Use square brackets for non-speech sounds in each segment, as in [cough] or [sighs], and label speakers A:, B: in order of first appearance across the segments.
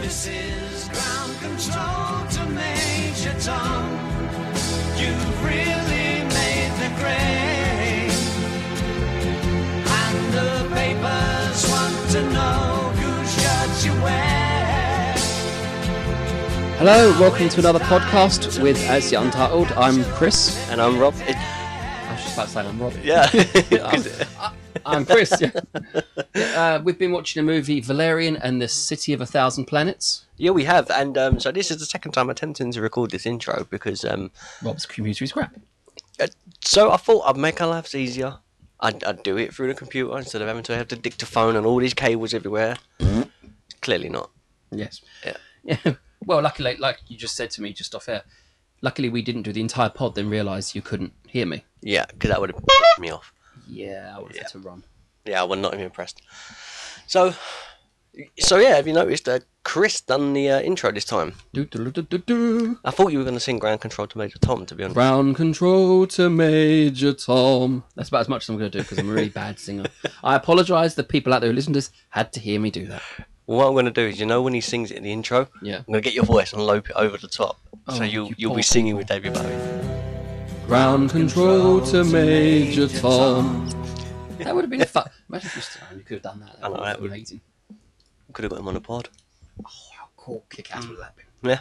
A: This is ground control to Major Tom. You've really made the grade. And the papers want to know whose shirt you wear.
B: Hello, welcome to another podcast with As Yet Untitled. I'm Chris.
C: And I'm Rob. It-
B: I was just about to say I'm Rob. [laughs]
C: yeah. Um,
B: I'm, I- I'm Chris. Yeah.
C: [laughs]
B: Yeah, uh, we've been watching the movie Valerian and the City of a Thousand Planets.
C: yeah, we have. And um, so this is the second time attempting to record this intro because. Um,
B: Rob's computer is crap.
C: uh, so I thought I'd make our lives easier. I'd, I'd do it through the computer instead of having to have the dictaphone and all these cables everywhere. Clearly not.
B: Yes.
C: Yeah.
B: Yeah. [laughs] Well, luckily, like you just said to me just off air, luckily we didn't do the entire pod, then realised you couldn't hear me.
C: Yeah, because that would have pissed me off.
B: Yeah, I would have had to run.
C: Yeah, I would not have been impressed. So, so yeah, have you noticed uh, Chris done the uh, intro this time?
B: Do, do, do, do, do.
C: I thought you were going to sing Ground Control to Major Tom, to be honest.
B: Ground control to Major Tom. That's about as much as I'm going to do because I'm [laughs] a really bad singer. I apologise. The people out there who listen to this had to hear me do that.
C: What I'm going to do is, you know, when he sings it in the intro,
B: Yeah.
C: I'm going to get your voice and lope it over the top,
B: Oh,
C: so you'll
B: you
C: you will be
B: poor
C: singing with David Bowie.
B: Ground control to Major Tom. That would have been fun. Imagine if you, just, oh, you could have done that. That
C: I know,
B: would have
C: that
B: been
C: would-
B: amazing.
C: Could have got him on a pod.
B: How cool kick ass would that be?
C: Yeah.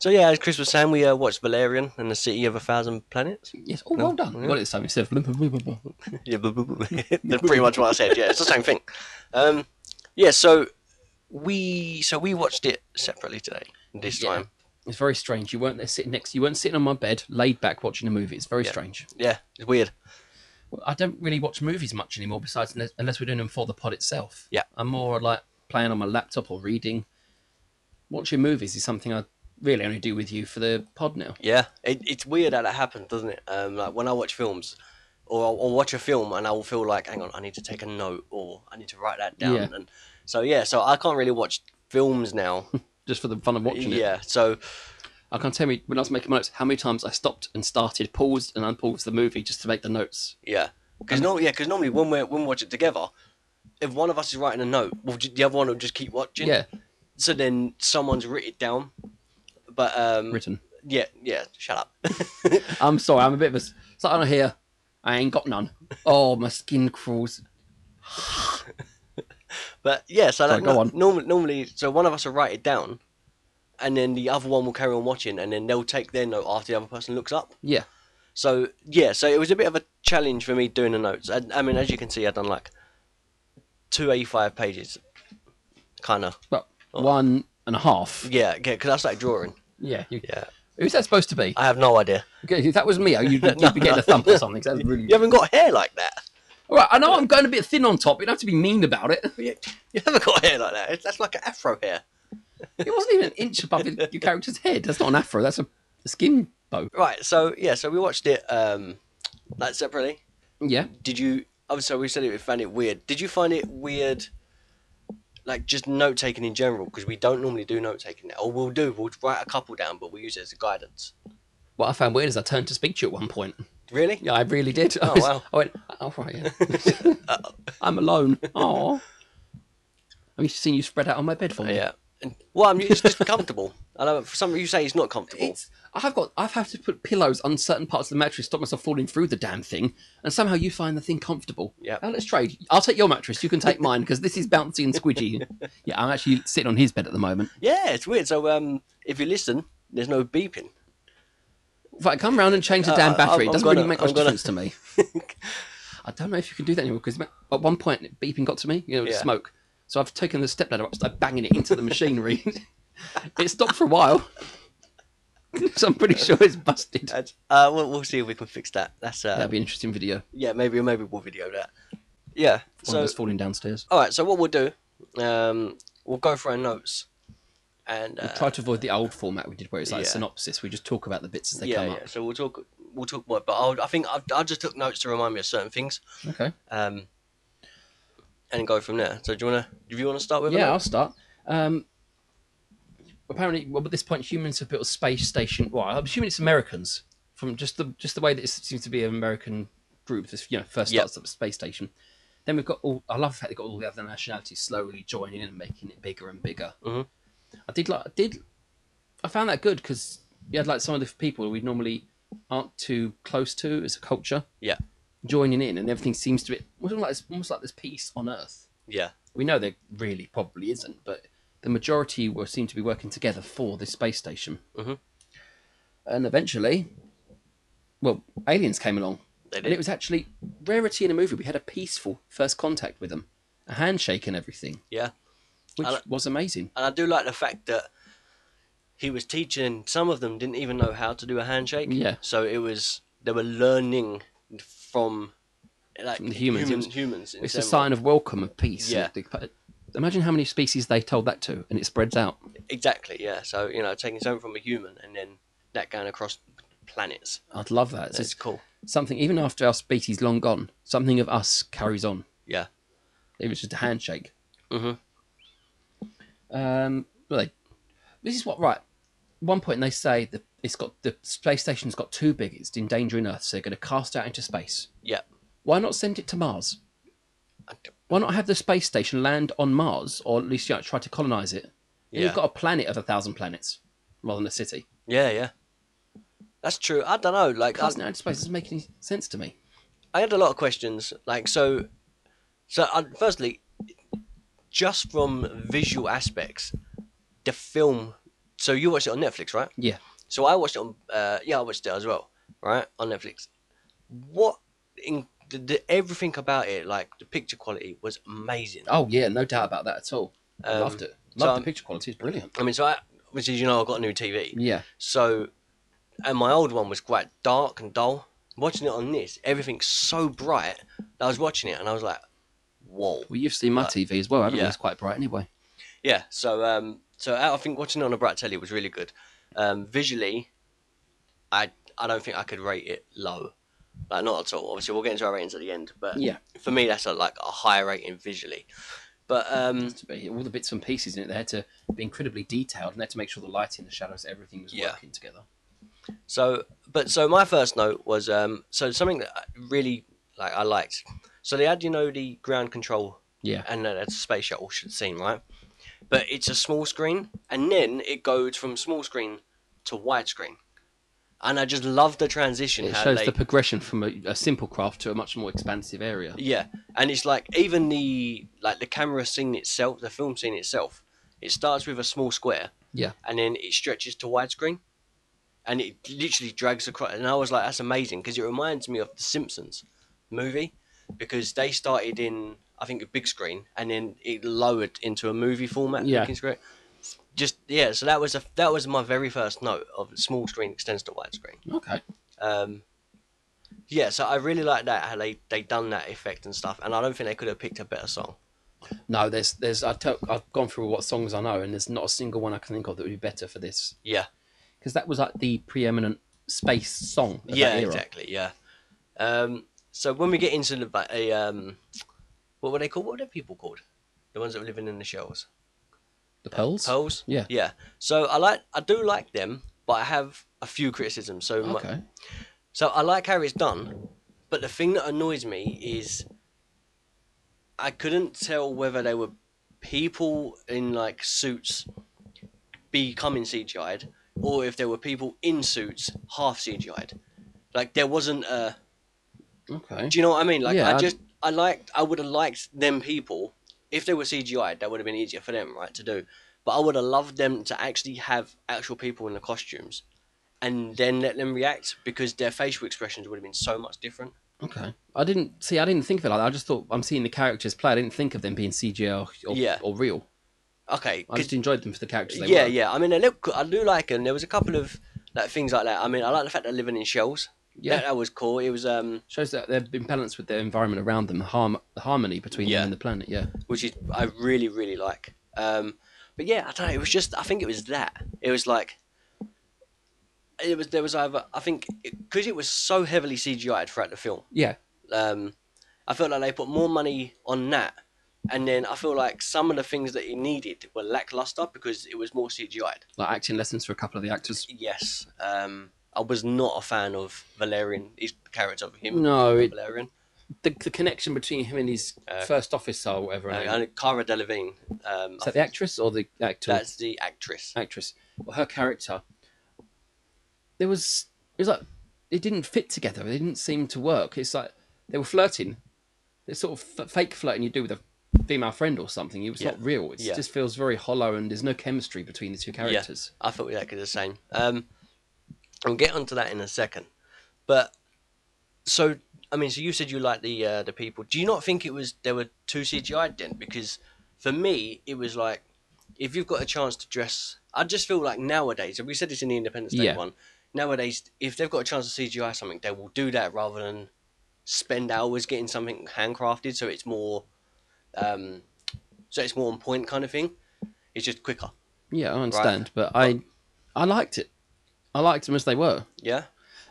C: So yeah, as Chris was saying, we uh, watched Valerian and the City of a Thousand
B: [laughs]
C: Planets.
B: Yes. Oh, well done. Well, it's time you said.
C: Yeah, blah, blah, blah. [laughs] that's pretty much what I said. Yeah, it's the same thing. Um, yeah, so we so we watched it separately today. This
B: Yeah.
C: time,
B: It's very strange. You weren't there sitting next. You weren't sitting on my bed, laid back watching a movie. It's very strange.
C: yeah, it's weird.
B: Well, I don't really watch movies much anymore. Besides, unless, unless we're doing them for the pod itself.
C: Yeah.
B: I'm more like playing on my laptop or reading. Watching movies is something I really only do with you for the pod now.
C: Yeah, it, it's weird how that happens, doesn't it? Um, like when I watch films, or I'll, I'll watch a film and I will feel like, hang on, I need to take a note, or I need to write that down.
B: Yeah.
C: And so yeah, so I can't really watch
B: [laughs]
C: films now.
B: Just for the fun of watching it.
C: yeah, so
B: I can't tell me when I was making my notes how many times I stopped and started, paused and unpaused the movie just to make the notes.
C: yeah, because normally, yeah, 'cause normally when we when we watch it together, if one of us is writing a note, well, j- the other one will just keep watching.
B: Yeah,
C: So then someone's written it down, but um,
B: written.
C: yeah, yeah, shut up. [laughs]
B: I'm sorry, I'm a bit of a. s- Something I hear, I ain't got
C: [laughs]
B: none. Oh, my skin crawls.
C: But yeah, so
B: Sorry,
C: like,
B: go
C: no-
B: on.
C: normally, normally, so one of us will write it down, and then the other one will carry on watching, and then they'll take their note after the other person looks up.
B: Yeah,
C: So yeah, so it was a bit of a challenge for me doing the notes. I, I mean, as you can see, I've done like two eighty-five pages, kind of.
B: well, one and a half.
C: Oh. Yeah, yeah, because I started drawing.
B: Yeah, you,
C: Yeah,
B: Who's that supposed to be?
C: I have no idea.
B: Okay, If that was me, oh, you'd, you'd be getting a thump
C: [laughs]
B: or something. 'cause That's really.
C: You haven't got hair like that.
B: All right, I know I'm going a bit thin on top. You don't have to be mean about it.
C: You you haven't got hair like that. It's- That's like an afro hair.
B: It wasn't even an inch above your
C: [laughs]
B: your character's head. That's not an afro. That's a, a skin bow.
C: Right. So yeah, so we watched it um like separately.
B: Yeah.
C: did you oh so we said it we found it weird did you find it weird like just note taking in general because we don't normally do note taking now or we'll do we'll write a couple down but we use it as a guidance
B: What I found weird is I turned to speak to you at one point.
C: really
B: Yeah, I really did. [laughs] I
C: Oh,
B: was-
C: wow.
B: I went, oh, right,
C: [laughs]
B: yeah. I'm alone. Oh. I'm used to seeing you spread out on my bed for me.
C: yeah and, well i'm it's just [laughs] comfortable i know for some you say it's not comfortable
B: It's, I've got, I've had to put pillows on certain parts of the mattress to stop myself falling through the damn thing, and somehow you find the thing comfortable.
C: Yep.
B: Now let's trade. I'll take your mattress. You can take mine because this is bouncy and
C: [laughs]
B: squidgy. yeah, I'm actually sitting on his bed at the moment.
C: yeah it's weird so um if you listen there's no beeping
B: Right, come round and change the damn
C: Uh,
B: battery.
C: I'm-
B: it doesn't
C: I'm
B: really
C: gonna-
B: make much
C: I'm gonna-
B: difference to me.
C: [laughs]
B: I don't know if you can do that anymore because at one point beeping got to me, you know, with
C: Yeah.
B: smoke. So I've taken the stepladder up, started banging it into the machinery. [laughs] it stopped for a while. [laughs] so I'm pretty sure it's busted.
C: That's- uh we'll, we'll see if we can fix that that's uh
B: That'd be an interesting video.
C: yeah maybe maybe we'll video that yeah
B: One
C: so
B: of us falling downstairs.
C: all right so what we'll do um we'll go for our notes and uh,
B: Try to avoid the old format we did where it's like
C: yeah.
B: synopsis. We just talk about the bits as they
C: yeah,
B: come
C: yeah.
B: up.
C: So we'll talk we'll talk more. But I'll, I think I've, I just took notes to remind me of certain things,
B: Okay.
C: um, and go from there. So do you wanna do you wanna start with? a
B: Yeah,
C: note?
B: I'll start. Um, apparently, well, at this point, humans have built a space station. Well, I'm assuming it's Americans from just the just the way that it seems to be an American group. This you know first
C: Yep.
B: starts up a space station. Then we've got all. I love the fact they've got all the other nationalities slowly joining in and making it bigger and bigger.
C: Mhm.
B: I did like. I did. I found that good because you had like some of the people we normally aren't too close to as a culture
C: Yeah.
B: joining in, and everything seems to be almost like it's almost like there's peace on Earth.
C: Yeah.
B: We know there really probably isn't, but the majority will seem to be working together for this space station.
C: Mhm.
B: And eventually, well, aliens came along.
C: They
B: And
C: did.
B: it was actually rarity in a movie. We had a peaceful first contact with them, a handshake and everything,
C: yeah.
B: which
C: I li-
B: was amazing.
C: And I do like the fact that he was teaching. Some of them didn't even know how to do a handshake.
B: Yeah.
C: So it was they were learning from like
B: the humans, it
C: Human,
B: was-
C: humans. in
B: It's a
C: general.
B: sign of welcome, of peace.
C: Yeah.
B: Imagine how many species they told that to, and it spreads out.
C: Exactly. Yeah. So you know, taking something from a human and then that going across planets.
B: I'd love that. It's
C: That's cool.
B: something, even after our species long gone, something of us carries on.
C: Yeah.
B: It was just a handshake.
C: Mhm.
B: Um, well, they, this is what right. One point they say that it's got the space station's got too big. It's endangering Earth, so they're going to cast it out into space.
C: Yeah.
B: Why not send it to Mars?
C: I d-
B: Why not have the space station land on Mars, or at least you know, try to colonize it? Then
C: Yeah.
B: You've got a planet of a thousand planets rather than a city.
C: Yeah. Yeah. That's true. I don't know. Like I,
B: Casting it out into space doesn't make any sense to me.
C: I had a lot of questions. Like so, so uh, firstly, just from visual aspects, the film. So you watched it on Netflix, right?
B: Yeah.
C: So I watched it on. Uh, yeah, I watched it as well, right? On Netflix. What in the, the, everything about it, like the picture quality, was amazing.
B: Oh yeah, no doubt about that at all. I
C: Um,
B: loved it.
C: so
B: Loved
C: I'm-
B: the picture quality. It's brilliant.
C: I mean, so I, which is you know, I got a new TV.
B: Yeah.
C: So, and my old one was quite dark and dull. Watching it on this, everything's so bright. I was watching it and I was like, whoa.
B: Well, you've seen my TV as well, haven't you?
C: yeah.
B: It's quite bright anyway.
C: Yeah. So, um, so I I think watching it on a bright telly was really good. Um, visually, I I don't think I could rate it low. Like not at all. Obviously, we'll get into our ratings at the end, but
B: Yeah.
C: for me, that's a, like a high rating visually. But um,
B: to be. All the bits and pieces in it, they had to be incredibly detailed and they had to make sure the lighting, the shadows, everything was
C: Yeah.
B: working together.
C: So, but so my first note was um, so something that I really like I liked. So they had you know the ground control
B: Yeah.
C: and uh, that's a space shuttle should scene right, but it's a small screen and then it goes from small screen to widescreen, and I just love the transition.
B: It
C: how
B: shows
C: they-
B: the progression from a, a simple craft to a much more expansive area.
C: Yeah, and it's like even the like the camera scene itself, the film scene itself, it starts with a small square.
B: Yeah.
C: And then it stretches to widescreen, and it literally drags across. And I was like, that's amazing because it reminds me of the Simpsons movie because they started in I think a big screen and then it lowered into a movie format.
B: Yeah.
C: looking screen. Just yeah, so that was a that was my very first note of small screen extends to widescreen.
B: Okay.
C: Um, yeah, so I really like that how they they done that effect and stuff, and I don't think they could have picked a better song.
B: No, there's, there's, I tell, I've gone through what songs I know, and there's not a single one I can think of that would be better for this
C: Yeah,
B: because that was like the preeminent space song. Of
C: yeah,
B: that era.
C: exactly, yeah. Um, so when we get into the ba- a um, what were they called? What were the people called? The ones that were living in the shells,
B: The Pearls.
C: pearls.
B: Yeah.
C: yeah. So I like I do like them, but I have a few criticisms. So my,
B: Okay.
C: So I like how it's done, but the thing that annoys me is I couldn't tell whether they were people in like suits becoming CGI'd or if there were people in suits half CGI'd. Like there wasn't a.
B: Okay.
C: Do you know what I mean? Like
B: Yeah,
C: I
B: I-
C: just I liked I would have liked them people if they were CGI'd. That would have been easier for them, right, to do. But I would have loved them to actually have actual people in the costumes, and then let them react because their facial expressions would have been so much different.
B: Okay. I didn't see. I didn't think of it like that. I just thought I'm seeing the characters play. I didn't think of them being CGI or, or,
C: Yeah.
B: or real.
C: Okay,
B: I just enjoyed them for the characters. They
C: yeah,
B: were.
C: yeah. I mean, they look. good. I do like them. There was a couple of like things like that. I mean, I like the fact they're living in shells.
B: Yeah.
C: Yeah, that, that was cool. It was um,
B: shows that they're in balance with their environment around them, the, harm, the harmony between
C: Yeah.
B: them and the planet. Yeah,
C: which is I really really like. Um, but yeah, I don't know. It was just I think it was that. It was like it was there was either I think because it, was so heavily CGI'd throughout the film.
B: yeah,
C: Um, I felt like they put more money on that, and then I feel like some of the things that it needed were lackluster because it was more CGI'd.
B: like acting lessons for a couple of the actors.
C: Yes. Um, I was not a fan of Valerian. His character of him.
B: No, it,
C: Valerian.
B: the, the connection between him and his
C: Uh,
B: first officer or whatever. her name
C: Uh, Cara Delevingne. Um,
B: is that the actress or the actor?
C: that's the actress.
B: actress or her character. There was it was like it didn't fit together. They didn't seem to work. It's like they were flirting. It's sort of f- fake flirting you do with a female friend or something. It's
C: Yeah.
B: not real. It
C: Yeah.
B: just feels very hollow, and there's no chemistry between the two characters.
C: Yeah, I thought we were exactly the same. Um, I'll get onto that in a second. But so I mean, so you said you liked the uh, the people. Do you not think it was there were two CGI then? Because for me, it was like if you've got a chance to dress, I just feel like nowadays, and we said this in the Independence Day
B: Yeah.
C: one. Nowadays, if they've got a chance to CGI something, they will do that rather than spend hours getting something handcrafted. So it's more, um, so it's more on point kind of thing. It's just quicker.
B: Yeah, I understand, but I I liked it. I liked them as they were.
C: Yeah.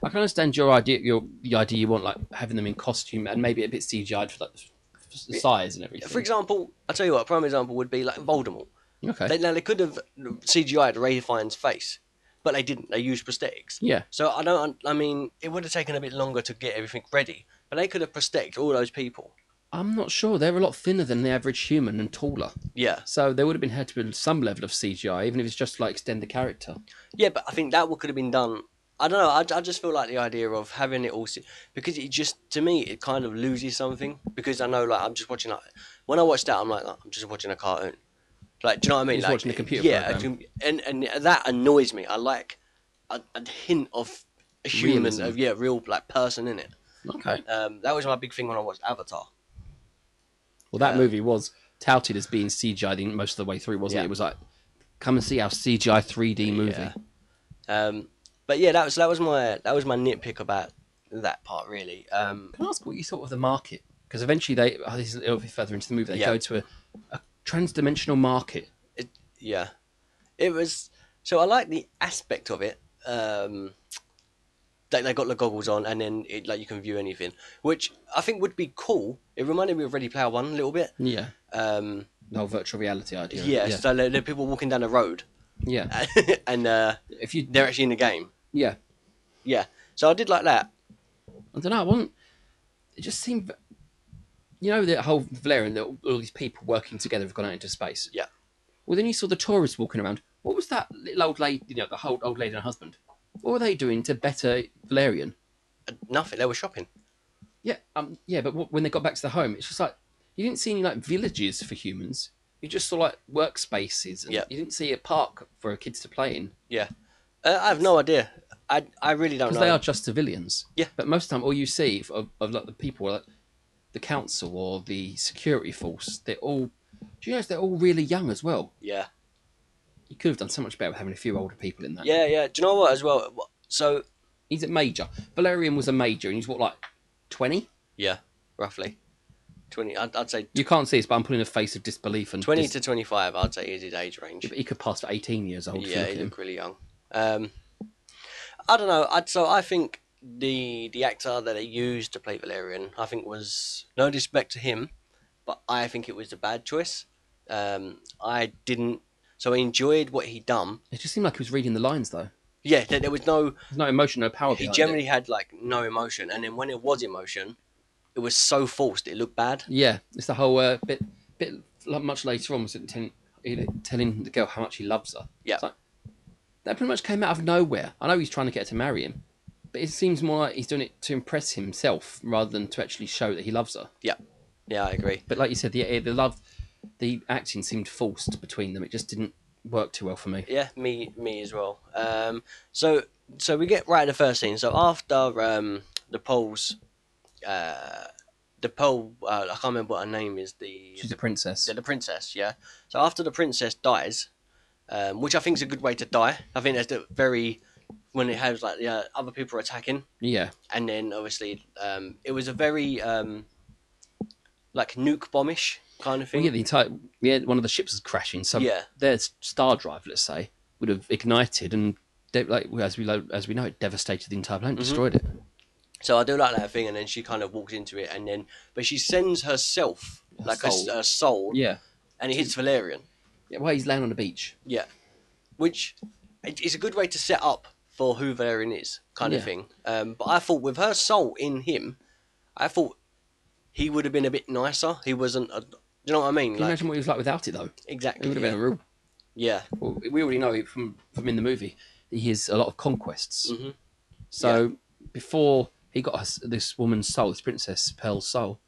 B: I can understand your idea. Your the idea you want like having them in costume and maybe a bit CGI'd for like f- the size and everything.
C: For example, I tell you what, a prime example would be like Voldemort.
B: okay.
C: They, now they could have CGI'd Ray Fiennes' face, but they didn't. They used prosthetics.
B: yeah.
C: So I don't. I mean, it would have taken a bit longer to get everything ready, but they could have prosthetic all those people.
B: I'm not sure. They're a lot thinner than the average human and taller.
C: Yeah,
B: So there would have been had to be some level of CGI, even if it's just to, like extend the character.
C: yeah, but I think that would could have been done. I don't know. I, I just feel like the idea of having it all se- because it just to me it kind of loses something because I know like I'm just watching like when I watch that I'm like "Oh, I'm just watching a cartoon. Like, do you know what I mean?
B: Just
C: like,
B: watching the computer
C: Yeah,
B: program.
C: I can- and and that annoys me. I like a, a hint of a human,
B: Realism.
C: of yeah, real like person in it.
B: Okay.
C: Um, that was my big thing when I watched Avatar.
B: Well,
C: uh,
B: that movie was touted as being CGI the- most of the way through, wasn't
C: Yeah.
B: it? It was like, come and see our CGI 3D movie.
C: Yeah. Um, but yeah, that was that was my that was my nitpick about that part really. Um,
B: Can I ask what you thought of the market? Because eventually they, oh, this is a little bit further into the movie, they
C: Yeah.
B: go to a, a trans-dimensional market.
C: it, yeah, it was. So I like the aspect of it. Um, that they got the goggles on, and then it, like you can view anything, which I think would be cool. It reminded me of Ready Player One a little bit.
B: Yeah.
C: Um,
B: The whole virtual reality idea.
C: yeah,
B: Yeah.
C: so there, there are people walking down the road, [laughs]
B: yeah.
C: and uh,
B: If you,
C: they're actually in the game.
B: yeah.
C: Yeah, so I did like that.
B: I don't know. I wasn't. It just seemed. You know the whole Valerian that all these people working together have gone out into space.
C: Yeah.
B: Well, then you saw the tourists walking around. What was that little old lady? You know, the whole old lady and her husband. What were they doing to better Valerian?
C: Uh, Nothing. They were shopping.
B: Yeah, um, yeah. But wh- when they got back to the home, it's just like you didn't see any like villages for humans. You just saw like workspaces. And
C: Yeah.
B: You didn't see a park for kids to play in
C: Yeah, uh, I have no idea. I I really don't know.
B: because they are just civilians.
C: Yeah.
B: But most of the time, all you see f- of, of like the people, are, like the council or the security force, they're all. Do you notice they're all really young as well?
C: Yeah,
B: You could have done so much better with having a few older people in that.
C: yeah, yeah. Do you know what? As well, wh- so
B: He's a major. Valerian was a major, and he's what like twenty.
C: yeah, roughly twenty. I'd, I'd say
B: You can't see this, but I'm putting a face of disbelief and
C: twenty
B: dis-
C: to twenty-five. I'd say is his age range.
B: He could pass for eighteen years old.
C: Yeah,
B: Yeah,
C: he looked really young. Um, I don't know. I'd, so I think the the actor that they used to play Valerian, I think was no disrespect to him, but I think it was a bad choice. Um, I didn't. So I enjoyed what he done.
B: It just seemed like he was reading the lines though.
C: Yeah, there, there was no.
B: There's no emotion, no power.
C: He
B: behind it.
C: generally had like no emotion, and then when it was emotion, it was so forced. It looked bad.
B: Yeah, it's the whole uh, bit. Bit like, much later on was it telling, you know, telling the girl how much he loves her.
C: Yeah.
B: It's like, that pretty much came out of nowhere. I know he's trying to get her to marry him, but it seems more like he's doing it to impress himself rather than to actually show that he loves her.
C: Yeah, yeah, I agree.
B: But like you said, the the love, the acting seemed forced between them. It just didn't work too well for me.
C: Yeah, me, me as well. Um, so, so we get right at the first scene. So after um, the polls, uh, the poll, uh, I can't remember what her name is. The
B: She's a princess.
C: the, the princess, yeah. So after the princess dies, um, which I think is a good way to die. I think that's the very when it has like the uh, other people are attacking,
B: Yeah,
C: and then obviously um, it was a very um, like nuke bombish kind of
B: we
C: thing.
B: get the entire. Yeah, one of the ships is crashing. So
C: Yeah.
B: their s- star drive, let's say, would have ignited and. de- Like as we lo- as we know, it devastated the entire planet,
C: Mm-hmm.
B: destroyed it.
C: So I do like that thing, and then she kind of walks into it, and then but she sends herself like a s-
B: soul.
C: a, soul,
B: Yeah.
C: and it hits Valerian,
B: Yeah, well, he's laying on the beach.
C: yeah, which it- it's a good way to set up for who Valerian is, kind of
B: Yeah.
C: thing. Um, but I thought with her soul in him, I thought he would have been a bit nicer. He wasn't. A, do you know what I mean?
B: Can you
C: Like
B: imagine what he was like without it though? It
C: exactly.
B: would have been a
C: Yeah.
B: real.
C: yeah.
B: Well, we already know from from in the movie that he has a lot of conquests.
C: Mhm.
B: So before he got us this woman's soul, this princess Pearl's soul,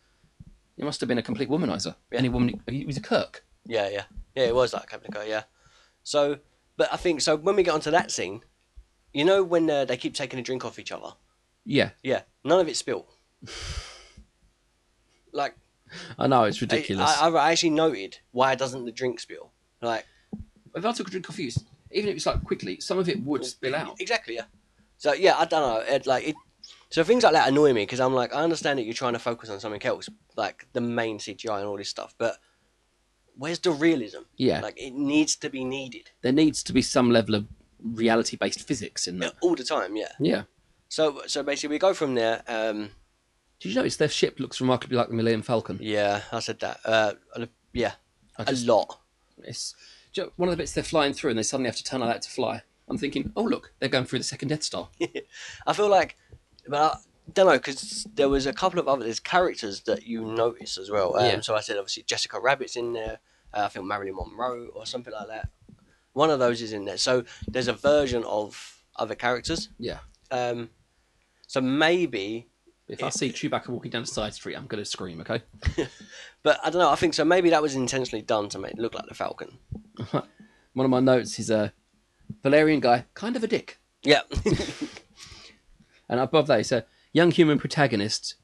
B: he must have been a complete womanizer. Any woman, he was a Kirk.
C: Yeah, yeah, yeah. It was like Captain Kirk, yeah. So, but I think so. When we get onto that scene, you know when uh, they keep taking a drink off each other.
B: Yeah,
C: Yeah, none of it's spilt. [sighs] like
B: I know it's
C: I-
B: ridiculous.
C: I, I actually noted why doesn't the drink spill? Like
B: if I took a drink of you, even if it's like quickly, some of it would spill out.
C: exactly, yeah. So yeah, I don't know. It, like it, so things like that annoy me because I'm like I understand that you're trying to focus on something else, like the main CGI and all this stuff, but where's the realism?
B: Yeah.
C: like it needs to be needed
B: There needs to be some level of reality-based physics in that.
C: all the time. Yeah.
B: Yeah.
C: So so basically we go from there. Um,
B: Did you notice their ship looks remarkably like the Millennium Falcon?
C: yeah, I said that. Uh, yeah,
B: just-
C: a lot.
B: It's do you know, one of the bits they're flying through, and they suddenly have to turn like that to fly. I'm thinking, oh look, they're going through the second Death Star.
C: I feel like, but I don't know because there was a couple of other there's characters that you notice as well. Um,
B: Yeah.
C: So I said obviously Jessica Rabbit's in there. Uh, I think Marilyn Monroe or something like that. One of those is in there. So there's a version of other characters.
B: Yeah.
C: Um, so maybe,
B: If I see Chewbacca walking down a side street, I'm going to scream. Okay.
C: but I don't know. I think so. Maybe that was intentionally done to make it look like the Falcon.
B: One of my notes is a uh, Valerian guy, kind of a dick.
C: Yeah, [laughs]
B: And above that, it's a young human protagonist,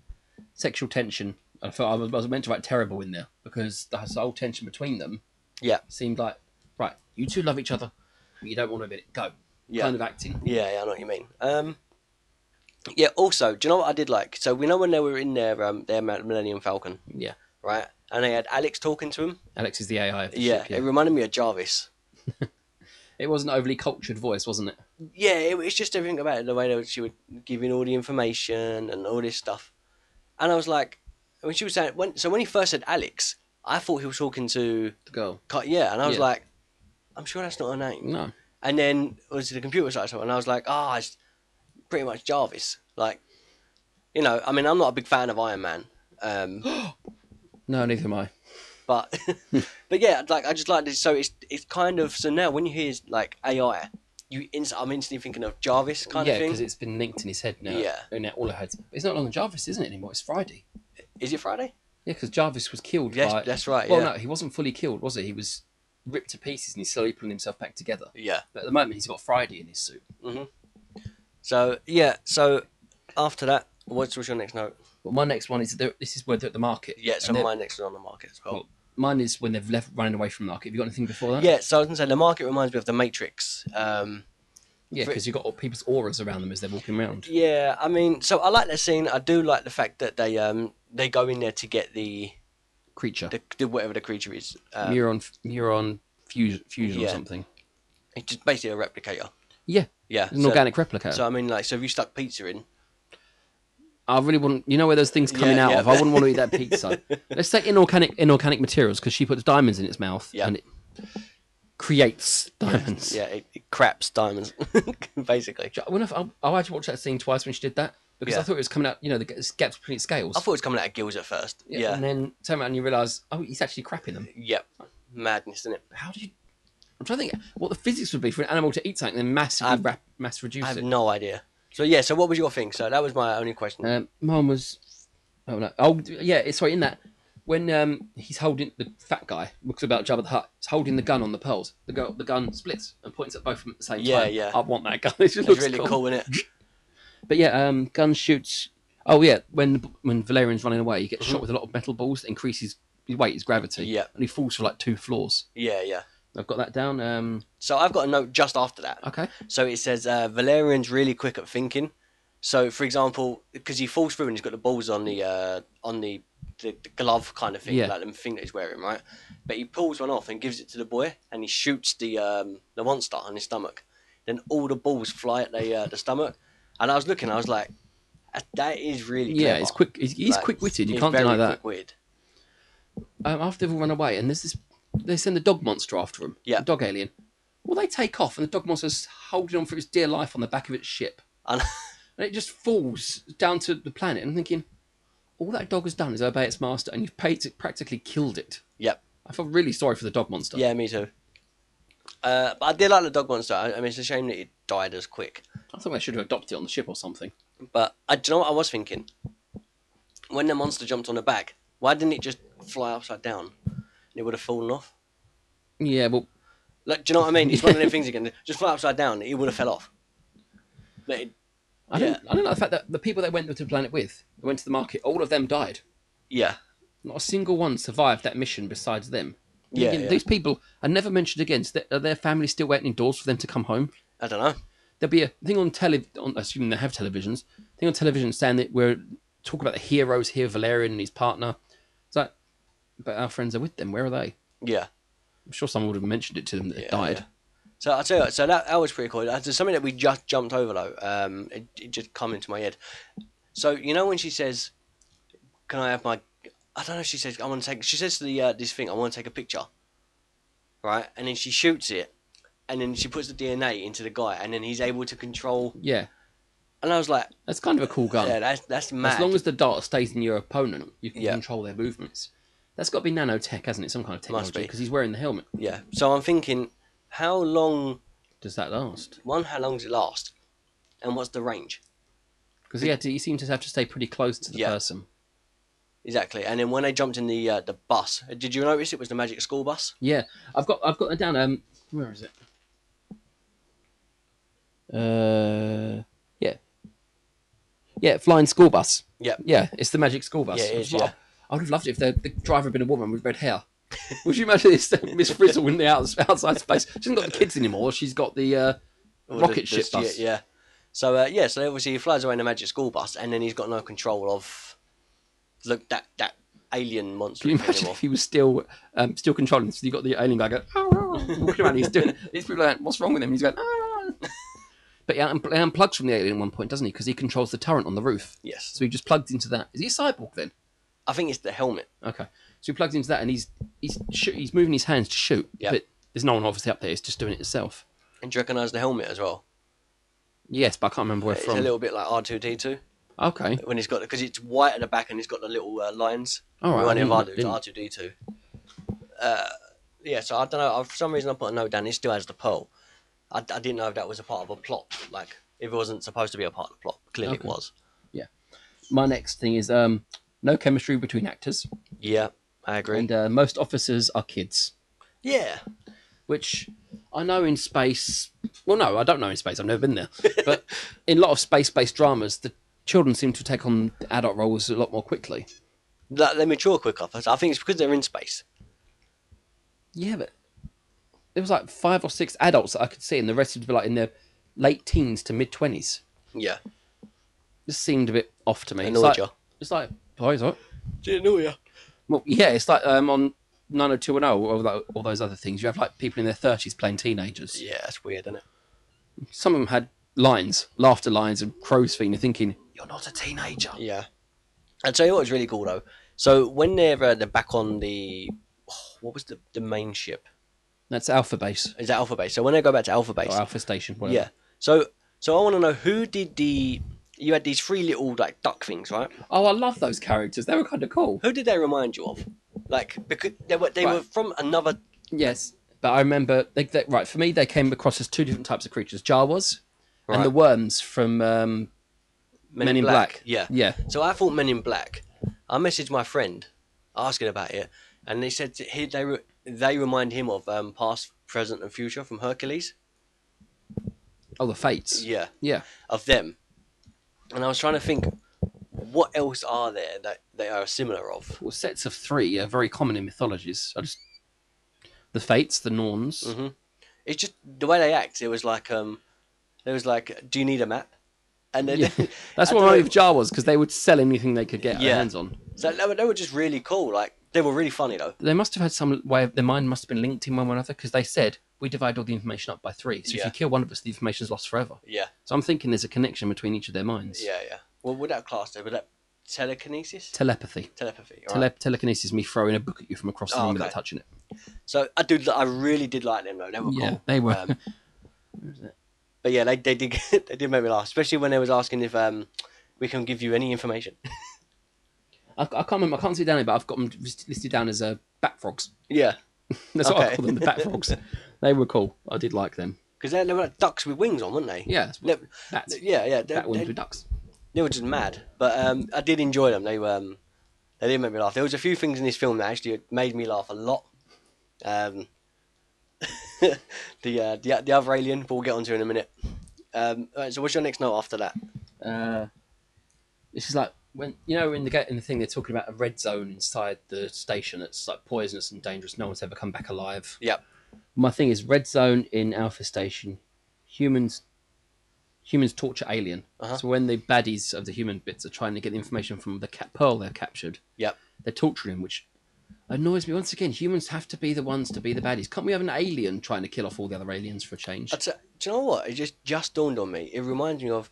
B: sexual tension. I thought I was, I was meant to write terrible in there because the whole tension between them
C: yeah,
B: seemed like, right, you two love each other, but you don't want to admit it. Go.
C: Yeah.
B: Kind of acting.
C: yeah. yeah I know what you mean. Um, yeah. Also, do you know what I did like? So we know when they were in their um, their Millennium Falcon,
B: Yeah.
C: right? And they had Alex talking to him.
B: Alex is the AI of the
C: Yeah,
B: ship.
C: it
B: Yeah.
C: reminded me of Jarvis.
B: It wasn't overly cultured voice, wasn't it?
C: Yeah, it, it's just everything about it, the way that she would giving all the information and all this stuff. And I was like, when she was saying, when, so when he first said Alex, I thought he was talking to,
B: The girl.
C: Ka- yeah, and I was
B: Yeah.
C: like, I'm sure that's not her name.
B: No.
C: And then it was the computer side, and I was like, ah, it's pretty much Jarvis. Like, you know, I mean, I'm not a big fan of Iron Man, um,
B: No, neither am I.
C: but [laughs] but yeah, like I just like this. So it's it's kind of so now when you hear like AI, you inst- I'm instantly thinking of Jarvis kind
B: yeah,
C: of thing.
B: because it's been linked in his head now.
C: Yeah.
B: In all our heads. But it's not long Jarvis, isn't it anymore? It's Friday.
C: Is it Friday?
B: Yeah, because Jarvis was killed.
C: Yes,
B: by...
C: that's right.
B: Well,
C: yeah.
B: no, he wasn't fully killed, was he? He was ripped to pieces and he's slowly pulling himself back together.
C: Yeah.
B: But at the moment, he's got Friday in his suit.
C: So yeah. So after that, what's, what's your next note?
B: But my next one is that this is where they're at the market.
C: Yeah. So
B: And they're-
C: my next is on the market as well.
B: well, mine is when they've left running away from the market. Have you got anything before that?
C: Yeah. So I was gonna say the market reminds me of the Matrix. Um,
B: yeah, because you've got all people's auras around them as they're walking around.
C: yeah. I mean, so I like the scene. I do like the fact that they um they go in there to get the
B: Creature,
C: the, the whatever the creature is. Uh,
B: neuron, neuron fusion, fusion or
C: Yeah.
B: something.
C: it's just basically a replicator.
B: Yeah,
C: Yeah.
B: an
C: so-
B: organic replica.
C: So I mean, like, so if you stuck pizza in,
B: I really wouldn't. You know where those things coming
C: Yeah,
B: out
C: yeah.
B: of. I wouldn't want to eat that
C: [laughs]
B: pizza. Let's say inorganic inorganic materials because she puts diamonds in its mouth
C: Yeah.
B: and it creates diamonds.
C: yeah, it, it craps diamonds, [laughs] basically.
B: I wonder if I, I had to watch that scene twice when she did that because I
C: Yeah.
B: thought it was coming out. You know, the g- gaps between its scales.
C: I thought it was coming out of gills at first. Yeah.
B: And then turn around and you realise, oh, he's actually crapping them.
C: Yep. Madness, isn't it?
B: How do you? I'm trying to think what the physics would be for an animal to eat something and then massively
C: I've-
B: rap, mass reduce
C: I have
B: it.
C: no idea. So yeah, so what was your thing? So that was my only question.
B: Um, mine was, oh no, oh yeah, it's- sorry. In that, when um, he's holding the fat guy, looks about Jabba the Hutt, he's holding the gun on the pearls. The girl, the gun splits and points at both of them at the same
C: Yeah,
B: time.
C: yeah.
B: I want that gun. [laughs] It just
C: it's
B: looks
C: really cool, isn't it?
B: But yeah, um, gun shoots. Oh yeah, when when Valerian's running away, he gets shot with a lot of metal balls that increases his weight, his gravity.
C: Mm-hmm. Yeah.
B: and he falls for like two floors.
C: Yeah, yeah.
B: I've got that down. Um,
C: So I've got a note just after that.
B: okay.
C: So it says uh, Valerian's really quick at thinking. So for example, because he falls through and he's got the balls on the uh, on the, the, the glove kind of thing,
B: Yeah.
C: like the thing that he's wearing, right? But he pulls one off and gives it to the boy, and he shoots the um, the monster on his stomach. Then all the balls fly at the uh, the stomach, and I was looking, I was like, "That- that is really
B: Yeah,
C: clever."
B: it's quick. He's, he's
C: Like,
B: quick witted. You
C: he's
B: can't deny
C: very
B: that.
C: quick-witted.
B: Um, after they've all run away, and there's this, they send the dog monster after him.
C: Yeah.
B: the dog alien. Well, they take off, and the dog monster's holding on for its dear life on the back of its ship,
C: And [laughs]
B: and it just falls down to the planet. And I'm thinking, all that dog has done is obey its master, and you've pa- practically killed it.
C: Yep.
B: I felt really sorry for the dog monster.
C: Yeah, me too. Uh, but I did like the dog monster. I, I mean, it's a shame that it died as quick.
B: I thought they should have adopted it on the ship or something.
C: But I do you know what I was thinking. When the monster jumped on the back, why didn't it just fly upside down? And it would have fallen off.
B: Yeah, well,
C: Like, do you know what I mean? It's one of them things again. Just fly upside down, it would have fell off. But it,
B: I don't. I don't know the fact that the people that went to the planet with, that went to the market, all of them died.
C: yeah,
B: Not a single one survived that mission besides them.
C: Yeah,
B: Again,
C: yeah.
B: These people are never mentioned again. So their- are their families still waiting indoors for them to come home?
C: I don't know.
B: There'll be a thing on tele. On, assuming they have televisions, thing on television saying that we're talking about the heroes here, Valerian and his partner. It's like, but our friends are with them. Where are they?
C: Yeah.
B: I'm sure someone would have mentioned it to them that
C: Yeah,
B: they died.
C: yeah. So I tell you, what, so that, that was pretty cool. That's something that we just jumped over though. Um, it, it just come into my head. So you know when she says, "Can I have my?" I don't know. if She says, "I want to take." She says to the uh, this thing, "I want to take a picture." Right, and then she shoots it, and then she puts the DNA into the guy, and then he's able to control.
B: Yeah,
C: And I was like,
B: that's kind of a cool gun.
C: "Yeah, that's that's mad."
B: Um, as long as the dart stays in your opponent, you can
C: Yeah.
B: control their movements. That's got to be nanotech, hasn't it? Some kind of
C: Must
B: technology
C: be.
B: because he's wearing the helmet.
C: yeah. So I'm thinking, how long?
B: Does that last?
C: One, how long does it last? And what's the range?
B: Because he had to. He seemed to have to stay pretty close to the
C: Yeah.
B: person.
C: Exactly. And then when they jumped in the uh, the bus, did you notice it was the magic school bus?
B: Yeah, I've got. I've got it down. Um, where is it? Uh, yeah, yeah, flying school bus.
C: Yep.
B: Yeah, it's the magic school bus.
C: Yeah, it is,
B: Well,
C: yeah.
B: I would have loved it if the, the driver had been a woman with red hair. [laughs] Would you imagine this uh, Miss Frizzle in the outs- outside space? She hasn't got the kids anymore. She's got the uh,
C: Or
B: rocket
C: the- the-
B: ship bus.
C: Yeah. yeah. So uh, yeah, so obviously he flies away in the magic school bus, and then he's got no control of look that that alien monster
B: Can you imagine
C: anymore.
B: if he was still um, still controlling? So you got the alien guy "Ah, going, "Ow, ow," walking around. He's doing. These people are like, "What's wrong with him?" He's going, "Ah." But he un- he unplugs from the alien at one point, doesn't he? Because he controls the turret on the roof.
C: Yes,
B: So he just plugs into that. Is he a cyborg then?
C: I think it's the helmet.
B: Okay. So he plugs into that, and he's he's shoot, he's moving his hands to shoot.
C: Yeah.
B: But there's no one obviously up there. It's just doing it itself.
C: And do you recognise the helmet as well?
B: Yes, but I can't remember where
C: It's
B: from.
C: a little bit like R two D two
B: Okay.
C: when he's got because it's white at the back and he's got the little uh, lines.
B: All right, Oh, I
C: One
B: didn't-
C: of R two
B: didn't-
C: R two D two. Uh, Yeah, so I don't know. For some reason, I put a note down. It still has the pearl. I, I didn't know if that was a part of a plot. Like if it wasn't supposed to be a part of the plot, clearly
B: Okay.
C: it was.
B: My next thing is um, no chemistry between actors,
C: Yeah, I agree.
B: and uh, most officers are kids.
C: yeah,
B: which I know in space. Well, no, I don't know in space. I've never been there. [laughs] But in a lot of space-based dramas, the children seem to take on adult roles a lot more quickly.
C: Like, they mature quicker. That's- I think it's because they're in space.
B: Yeah, but there was like five or six adults that I could see, and the rest would be like in their late teens to mid twenties.
C: Yeah.
B: This seemed a bit off to me. It's
C: Annoyed
B: like,
C: ya.
B: it's like, oh, is it?
C: Didn't know ya.
B: Well, yeah, it's like um, on 90210 or tho- oh, all those other things. You have like people in their thirties playing teenagers.
C: Yeah, that's weird, isn't it?
B: Some of them had lines, laughter lines, and crow's feet. and You're thinking, you're not a teenager.
C: Yeah. I'll tell you what was really cool though. So when they're uh, they're back on the [sighs] what was the the main ship?
B: That's Alpha Base
C: Is that Alpha Base? So when they go back to Alpha Base,
B: or Oh, Alpha Station. Whatever.
C: yeah. So so I want to know who did the you had these three little like duck things, right?
B: Oh, I love those characters. They were kind of cool.
C: Who did they remind you of? Like because they were they
B: Right.
C: were from another.
B: Yes, but I remember they, they, right for me they came across as two different types of creatures: Jawas
C: Right.
B: and the worms from um, Men, in Black.
C: Yeah.
B: yeah.
C: So I thought Men in Black. I messaged my friend asking about it, and they said that he, they re- they remind him of um, past, present, and future from Hercules.
B: Oh, the Fates.
C: Yeah,
B: yeah.
C: of them. And I was trying to think, what else are there that they are similar of?
B: Well, sets of three are very common in mythologies. I just the Fates, the Norns.
C: Mm-hmm. It's just the way they act. It was like um, there was like, do you need a map? And then
B: Yeah. That's
C: I
B: what
C: don't
B: I
C: know.
B: with Jawas because they would sell anything they could get their
C: Yeah.
B: hands on.
C: [laughs] So they were, they were just really cool. Like they were really funny though.
B: They must have had some way. Of, their mind must have been linked in one way or another because they said we divide all the information up by three. So if
C: Yeah.
B: you kill one of us, the information's lost forever.
C: Yeah,
B: So I'm thinking there's a connection between each of their minds.
C: yeah, yeah. Well, would that class though? Would that telekinesis?
B: Telepathy.
C: Telepathy. all right.
B: Tele- telekinesis is me throwing a book at you from across the
C: Oh,
B: room without
C: okay.
B: touching it.
C: So I do. I really did like them though. They were cool.
B: they were. [laughs]
C: Um, but yeah, they, they did. [laughs]
B: [laughs]
C: they did make me laugh, especially when they was asking if um we can give you any information.
B: I, I can't remember. I can't see it down here, but I've got them listed down as uh, bat frogs. [laughs]
C: Yeah,
B: That's what I
C: Okay.
B: call them, the bat
C: [laughs]
B: frogs. they were cool. I did like them.
C: because they, they were like ducks with wings on, weren't they?
B: Yeah, that's
C: They-
B: bats.
C: yeah, yeah. They,
B: Bat wings
C: they-
B: with ducks.
C: they were just mad, but um, I did enjoy them. They um, they did make me laugh. There was a few things in this film that actually made me laugh a lot. Um, [laughs] the, uh, the the other alien, but we'll get onto in a minute. Um, all right, so what's your next note after that?
B: Uh, this is like when you know in the ga- in the thing they're talking about a red zone inside the station that's like poisonous and dangerous. No one's ever come back alive.
C: Yep.
B: My thing is red zone in Alpha Station. Humans, humans torture alien.
C: Uh-huh.
B: So when the baddies of the human bits are trying to get the information from the cat pearl they've captured,
C: Yep.
B: they're torturing him, which annoys me once again. Humans have to be the ones to be the baddies. Can't we have an alien trying to kill off all the other aliens for a change?
C: I'd say, do you know what? It just just dawned on me. It reminds me of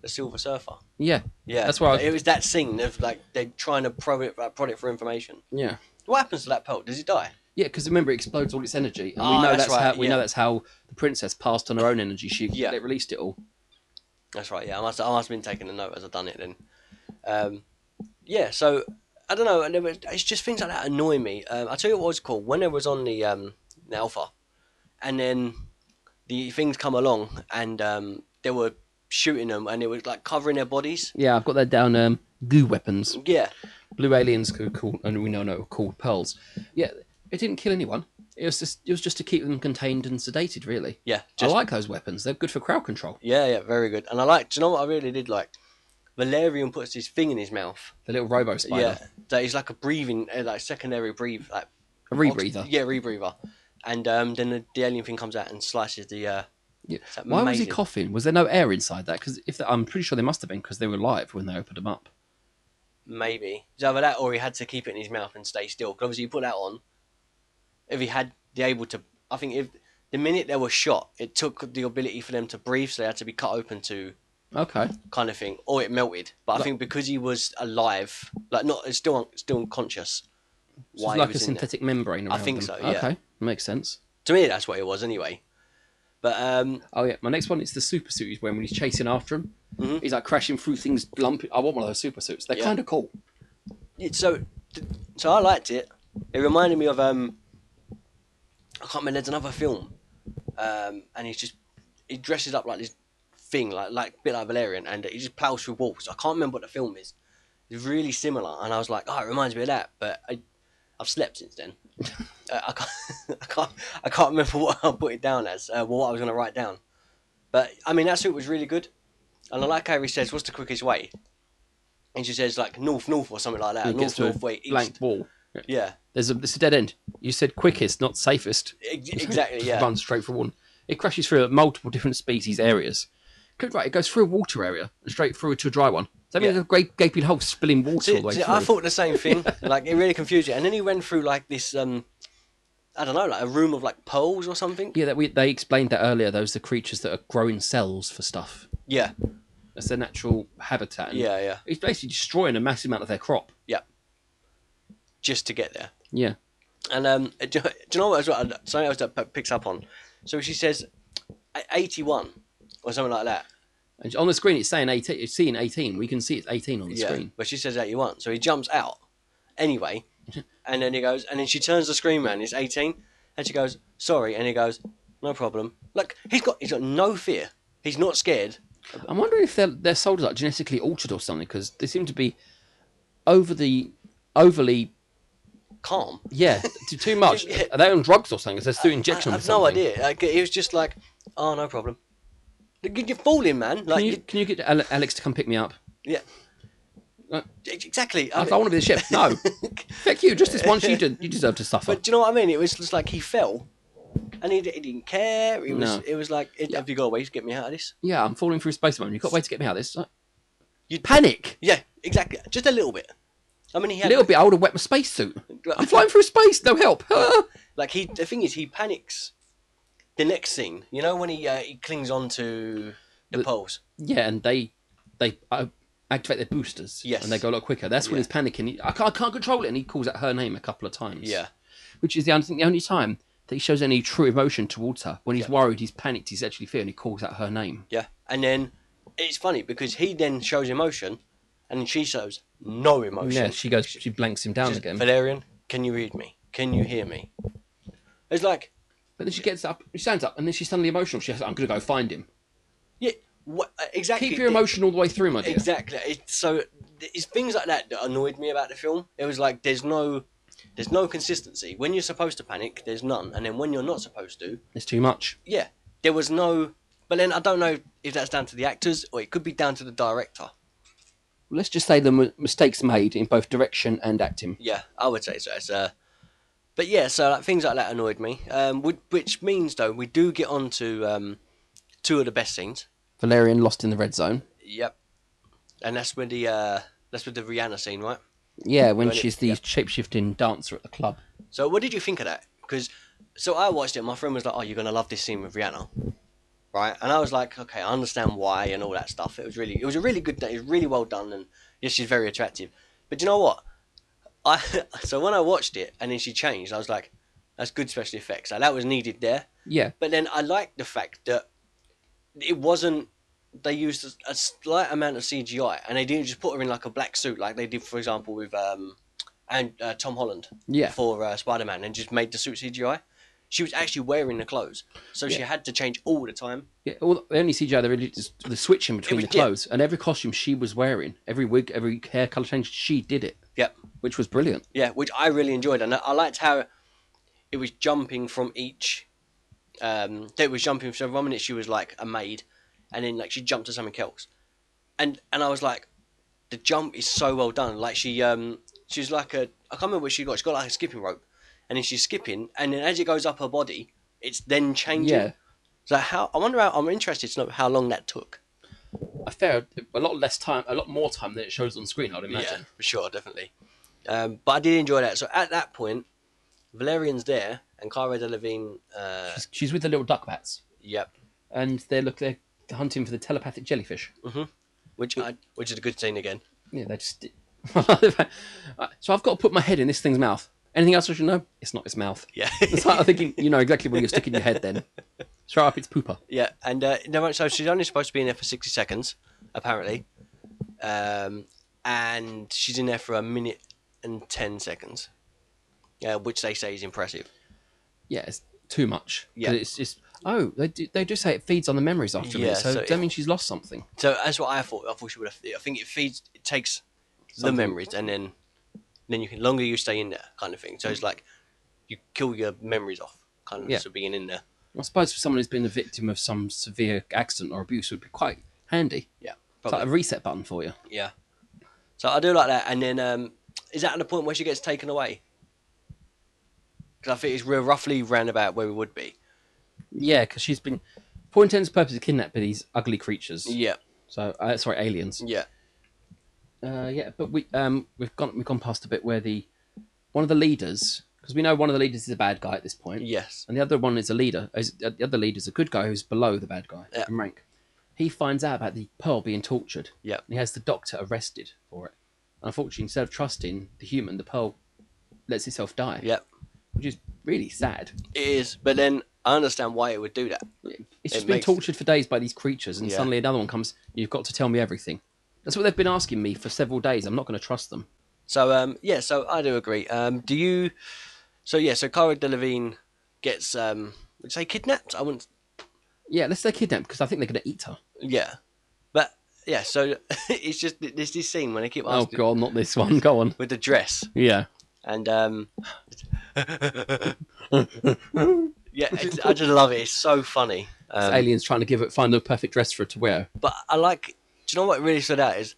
C: the Silver Surfer.
B: yeah,
C: Yeah,
B: That's why I-
C: it was that scene of like they're trying to probe it, like, prod it for information.
B: yeah.
C: What happens to that pelt? Does it die?
B: Yeah, because remember, it explodes all its energy, and we
C: Ah,
B: know
C: that's
B: that's, how
C: right,
B: we
C: yeah.
B: know that's how the princess passed on her own energy. She
C: Yeah.
B: they released it all.
C: That's right. Yeah, I must I must have been taking a note as I done it then. Um, yeah. So I don't know. and there was- It's just things like that annoy me. Um, I tell you what was cool when I was on the, um, the Alpha, and then the things come along and um, they were shooting them and it was like covering their bodies.
B: Yeah, I've got that down. Um, goo weapons,
C: Yeah.
B: blue aliens who are called, and we know no called pearls. Yeah, it didn't kill anyone. It was just it was just to keep them contained and sedated, really.
C: Yeah.
B: I like those weapons. They're good for crowd control.
C: Yeah, yeah, very good. And I like. Do you know what I really did like? Valerian puts his thing in his mouth.
B: The little robo spider,
C: Yeah, that is like a breathing, uh, like secondary breathe, like
B: a rebreather.
C: Yeah, rebreather. And um, then the, the alien thing comes out and slices the. Uh,
B: Yeah.
C: like
B: Why was he
C: amazing.
B: coughing? Was there no air inside that? Because if I'm pretty sure they must have been because they were live when they opened them up.
C: maybe it's either that or he had to keep it in his mouth and stay still. 'Cause obviously, you put that on. If he had the able to, I think if the minute they were shot, it took the ability for them to breathe, so they had to be cut open to
B: Okay.
C: kind of thing, or it melted. But I
B: Like-
C: think because he was alive, like not it's still still unconscious.
B: So it's
C: he
B: like a
C: was in there.
B: synthetic membrane around
C: think
B: them.
C: so, yeah.
B: Okay, makes sense.
C: To me, that's what it was anyway. But um,
B: Oh yeah, my next one is the super suit he's wearing when he's chasing after him. He's like crashing through things, lumping. I want one of those super suits. They're
C: Mm-hmm. Yeah.
B: kind of cool.
C: it- so so I liked it. It reminded me of um I can't remember there's another film. Um and he's just he dresses up like this thing, like like a bit like Valerian and he just plows through walls. I can't remember what the film is. It's really similar and I was like, Oh, it reminds me of that but I I've slept
B: [laughs]
C: since then. uh, I can't [laughs] I can't I can't remember what I put it down as, uh, what I was gonna write down. But I mean that suit was really good. And I like how he says, What's the quickest way? And she says like north north or something like that.
B: He
C: north
B: gets to a
C: north way east.
B: blank wall.
C: Yeah,
B: There's a it's a dead end. You said quickest, not safest.
C: ex-
B: [laughs]
C: exactly.
B: Just
C: Yeah,
B: Runs straight for one. It crashes through multiple different species areas. Good, Right, it goes through a water area and straight through to a dry one. Does that mean
C: Yeah.
B: a great gaping hole spilling water
C: See,
B: all the way
C: see,
B: through?
C: I thought the same thing.
B: [laughs]
C: Like it really confused you. And then he went through like this, um, I don't know, like a room of like poles or something.
B: Yeah, that we they explained that earlier. Those are creatures that are growing cells for stuff.
C: Yeah,
B: That's their natural habitat. And
C: yeah, yeah,
B: He's basically destroying a massive amount of their crop.
C: yeah. Just to get there.
B: Yeah.
C: And um, [laughs] do, do you know what? As well, something else that p- picks up on. So she says, "A- eighty-one or something like that.
B: And on the screen, it's saying 18. It's seeing 18. We can see it's 18 on the
C: yeah,
B: screen.
C: but she says eighty-one. So he jumps out. Anyway, and then he goes, and then she turns the screen round. It's eighteen, and she goes, "Sorry," and he goes, "No problem." Look, he's got he's got no fear. He's not scared.
B: I'm wondering if their their soldiers are genetically altered or something because they seem to be over the overly
C: Calm.
B: yeah too,
C: [laughs]
B: too much.
C: Yeah.
B: Are they on drugs or something? Is there still
C: I
B: injection? or
C: have no
B: something?
C: idea. Like, he was just like, "Oh, no problem." Like, you- You're fooling, man. Like,
B: Can you,
C: you-
B: can you get Ale- Alex to come pick me up?
C: yeah.
B: Uh,
C: Exactly.
B: I, want to be the chef.
C: [laughs]
B: No, fuck you. Just this once, you de- you deserve to suffer.
C: But do you know what I mean? It was just like he fell, and he, d- he didn't care. It was
B: No.
C: it was like, it, "Have you got a way to get me out of this?"
B: yeah, I'm falling through space at the moment. You've got a way to get me out of this.
C: You'd-
B: panic
C: Yeah, exactly. Just a little bit. I mean, he
B: a
C: had
B: little bit. I would have wet my
C: [laughs]
B: spacesuit. I'm flying through space. No help. [laughs] Ah!
C: Like he, the thing is, he panics. The next scene, you know, when he uh, he clings on to the,
B: The-
C: poles.
B: Yeah, and they they uh, activate their boosters.
C: Yes.
B: and they go a lot quicker. That's when he's panicking. He, I, can't, I can't control it, and he calls out her name a couple of times.
C: Yeah,
B: which is the only, the only time that he shows any true emotion towards her. When he's worried, he's panicked, he's actually fearing, he calls out her name.
C: yeah. And then it's funny because he then shows emotion, and she shows no emotion.
B: Yeah, she goes, she blanks him down
C: Just,
B: again.
C: Valerian, can you read me? Can you hear me? It's like,
B: But then she gets up, she stands up, and then she's suddenly emotional. She's like, I'm going to go find him.
C: yeah, what, uh, exactly.
B: Keep your emotion all the way through, my dear.
C: Exactly. It's, so it's things like that that annoyed me about the film. It was like there's no, there's no consistency. When you're supposed to panic, there's none, and then when you're not supposed to,
B: It's too much.
C: yeah, there was no. But then I don't know if that's down to the actors or it could be down to the director.
B: Let's just say the m- mistakes made in both direction and acting.
C: Yeah, I would say so. It's, uh, but yeah, so like, things like that annoyed me. Um, which, which means though we do get on to um, two of the best scenes.
B: Valerian lost in the red zone.
C: Yep, and that's with the uh, that's with the Rihanna scene, right?
B: Yeah, when
C: Well, it-
B: she's the shapeshifting dancer at the club.
C: So what did you think of that? Because so I watched it. My friend was like, "Oh, you're gonna love this scene with Rihanna." Right, and I was like, okay, I understand why and all that stuff. It was really, it was a really good day. It was really well done, and yeah, she's very attractive. But you know what? I [laughs] so when I watched it and then she changed, I was like, that's good special effects. Like that was needed there.
B: Yeah,
C: But then I liked the fact that it wasn't. They used a, a slight amount of CGI, and they didn't just put her in like a black suit, like they did, for example, with um, and uh, Tom Holland
B: yeah.
C: for uh, Spider Man, and just made the suit CGI. She was actually wearing the clothes, so she
B: Yeah.
C: had to change all the time.
B: yeah all, the the only CGI they really just the switching between
C: was-
B: the
C: yeah.
B: clothes and every costume she was wearing, every wig, every hair color change, she did it,
C: Yep.
B: which was brilliant.
C: Yeah, which I really enjoyed, and I, I liked how it was jumping from each. Um, that it was jumping. So one minute she was like a maid, and then like she jumped to something else, and and I was like, the jump is so well done. Like she um she was like a I can't remember what she got. She got like a skipping rope, and then she's skipping, and then as it goes up her body, it's then changing.
B: Yeah.
C: So how I wonder how I'm interested to know how long that took.
B: A fair, a lot less time, a lot more time than it shows on screen. I'd imagine.
C: Yeah, for sure, definitely. Um, but I did enjoy that. So at that point, Valerian's there, and Cara Delevingne. Uh,
B: She's, she's with the little duck bats,
C: yep.
B: and they're look they're hunting for the telepathic jellyfish.
C: Which I, which is a good scene again.
B: Yeah, they [laughs] just. so I've got to put my head in this thing's mouth. Anything else I should know? It's not its mouth. [laughs]
C: Yeah.
B: It's like I'm thinking, you know exactly where you're sticking your head. Then straight up, it's pooper.
C: [laughs] yeah, and uh, no, so she's only supposed to be in there for sixty seconds, apparently, um, and she's in there for a minute and ten seconds, uh, which they say is impressive.
B: Yeah, it's too much. 'Cause
C: Yeah.
B: it's just oh they do, they do say it feeds on the memories after
C: Yeah,
B: it, so,
C: so
B: that
C: it-
B: means she's lost something.
C: So that's what I thought. I thought she would have. I think it feeds. It takes the memories, and then then you can longer you stay in there, kind of thing. So it's like you kill your memories off, kind of
B: Yeah.
C: so being in there.
B: I suppose for someone who's been the victim of some severe accident or abuse, it would be quite handy.
C: Yeah,
B: It's like a
C: probably.
B: reset button for you.
C: yeah. So I do like that, and then um, is that at the point where she gets taken away? Because I think it's we're roughly roundabout where we would be.
B: Yeah, because she's been, for all intents and purposes, kidnapped by these ugly creatures.
C: Yeah,
B: So uh, sorry, aliens.
C: yeah,
B: Uh, yeah, but we um we've gone we've gone past a bit where the one of the leaders because we know one of the leaders is a bad guy at this point.
C: yes,
B: And the other one is a leader. Is, uh, the other leader's a good guy who's below the bad guy
C: Yeah.
B: in rank. He finds out about the pearl being tortured.
C: Yeah.
B: And he has the doctor arrested for it. Unfortunately, instead of trusting the human, the pearl lets itself die.
C: yeah.
B: Which is really sad.
C: It is, but then I understand why it would do that.
B: It's
C: It
B: just been
C: makes-
B: tortured for days by these creatures, and
C: Yeah.
B: suddenly another one comes. You've got to tell me everything. That's what they've been asking me for several days. I'm not going to trust them.
C: So um, yeah, so I do agree. Um, do you? So yeah, so Cara Delevingne gets um, would you say kidnapped. I wouldn't.
B: Yeah, let's say kidnapped because I think they're going to eat her.
C: Yeah, but yeah, so [laughs] it's just th- there's this scene when they keep
B: Oh
C: asking
B: god, not this one. Go on.
C: with the dress
B: Yeah.
C: and
B: [laughs]
C: um, yeah, it's, I just love it. It's so funny.
B: It's
C: Um,
B: aliens trying to give it find the perfect dress for it to wear.
C: but I like. Do you know what really stood out is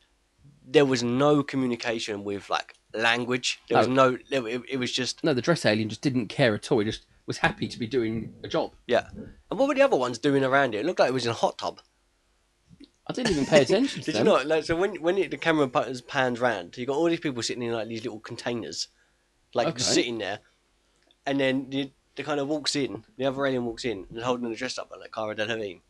C: there was no communication with like language. There was no. there- It, it was just
B: No, the dress alien just didn't care at all. He just was happy to be doing a job.
C: yeah. And what were the other ones doing around it? It looked like it was in a hot tub.
B: I didn't even
C: [laughs]
B: pay attention to
C: Did
B: them.
C: you not? Like, so when when it, the camera pans, pans round, you got all these people sitting in like these little containers, like
B: Okay.
C: sitting there, and then the, the kind of walks in. The other alien walks in and holding the dress up like Cara Delevingne.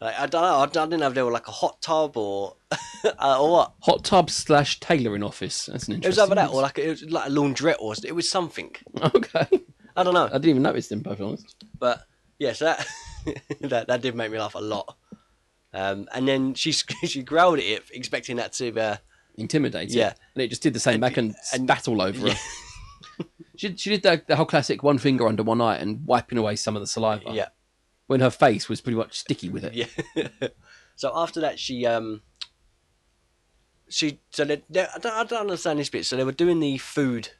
C: like I don't know. I, don't- I didn't know if they were like a hot tub or [laughs] uh, or what.
B: Hot tub slash tailoring office. That's an
C: It was
B: interesting.
C: either that or like it was like a laundrette or s- it was something.
B: [laughs] okay.
C: I don't
B: I
C: know.
B: didn't even notice them. Both honest.
C: But yeah, so that [laughs] that, that did [laughs] make me laugh a lot. Um, and then she sc- she growled at it, expecting that to uh,
B: intimidated.
C: Yeah.
B: and it just did the same back and, spat all over her. [laughs] she she did the, the whole classic one finger under one eye and wiping away some of the saliva.
C: Yeah.
B: when her face was pretty much sticky with it.
C: Yeah. [laughs] so after that, she um. She so they, they, I, don't, I don't understand this bit. So they were doing the food,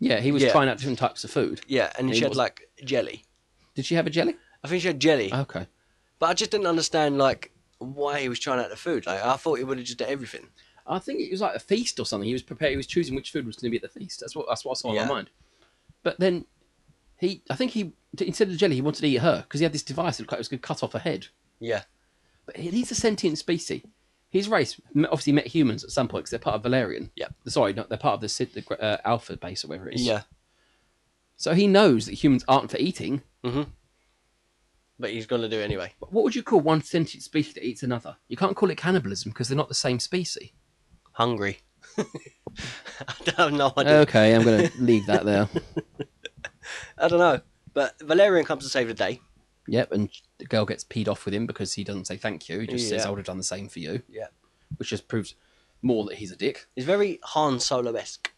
B: Yeah, he was
C: Yeah.
B: trying out different types of food.
C: yeah, and,
B: And
C: she
B: he
C: had
B: was-
C: like jelly.
B: Did she have a jelly?
C: I think she had jelly,
B: Okay.
C: but I just didn't understand like why he was trying out the food. Like I thought he would have just done everything.
B: I think it was like a feast or something. He was prepared. He was choosing which food was going to be at the feast. That's what that's what I saw
C: Yeah.
B: in my mind. But then he, I think he instead of the jelly, he wanted to eat her because he had this device that looked like it was going to cut off her head.
C: Yeah,
B: But he- he's a sentient species. His race m- obviously met humans at some point because they're part of Valerian.
C: Yep.
B: Sorry, no, they're part of the, Sid, the Gra- uh, Alpha base or whatever it is.
C: yeah.
B: So he knows that humans aren't for eating.
C: But he's gonna do it anyway.
B: But what would you call one sentient species that eats another? You can't call it cannibalism because they're not the same species.
C: Hungry. [laughs] Uh, I have no idea.
B: Okay, I'm going to leave that [laughs] there.
C: I don't know. But Valerian comes to save the day.
B: Yep, and the girl gets peed off with him because he doesn't say thank you. He just says,
C: Yeah.
B: I would have done the same for you,
C: Yeah.
B: which just proves more that he's a dick.
C: He's very Han Solo esque.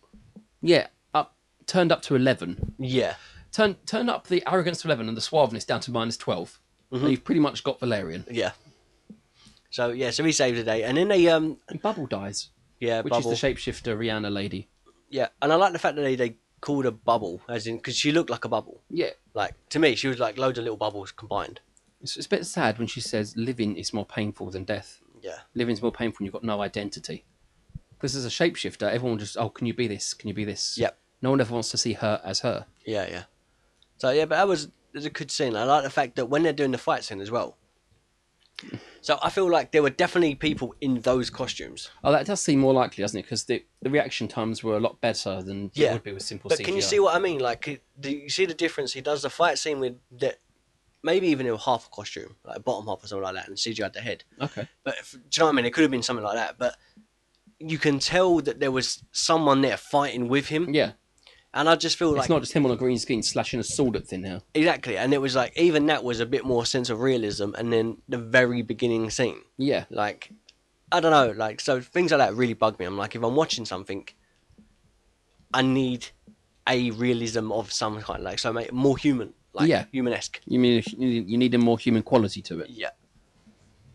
B: Yeah, up, turned up to 11.
C: Yeah.
B: Turn, turn up the arrogance to 11 and the suaveness down to minus 12. And you've pretty much got Valerian.
C: Mm-hmm. Yeah. So yeah, so he saved the day, and then they um
B: And Bubble dies,
C: yeah
B: which
C: bubble
B: is the shapeshifter Rihanna lady.
C: yeah, and I like the fact that they, they called her bubble as in because she looked like a bubble.
B: Yeah,
C: Like to me, she was like loads of little bubbles combined.
B: it's, it's a bit sad when she says living is more painful than death.
C: Yeah.
B: Living's more painful when you've got no identity. Because as a shapeshifter, everyone just, oh, can you be this? Can you be this?
C: Yep.
B: No one ever wants to see her as her.
C: Yeah, yeah. So yeah, but that was it was a good scene. I like the fact that when they're doing the fight scene as well. So I feel like there were definitely people in those costumes.
B: Oh, that does seem more likely, doesn't it? Because the, the reaction times were a lot better than
C: Yeah.
B: it would be with simple
C: But
B: CGI.
C: can you see what I mean? Like, c- do you see the difference? He does the fight scene with the, maybe even in half a costume, like bottom half or something like that, and CGI at the head.
B: Okay.
C: But if, do you know what I mean? It could have been something like that. But you can tell that there was someone there fighting with him,
B: Yeah.
C: and I just feel
B: It's
C: like
B: not just him on a green screen slashing a sword at thin air.
C: exactly. And it was like even that was a bit more sense of realism. And then the very beginning scene,
B: Yeah.
C: like I don't know, like so things like that really bug me. I'm like, if I'm watching something, I need a realism of some kind, like so make it more human, like
B: Yeah.
C: humanesque.
B: You mean you need- you need a more human quality to it?
C: Yeah.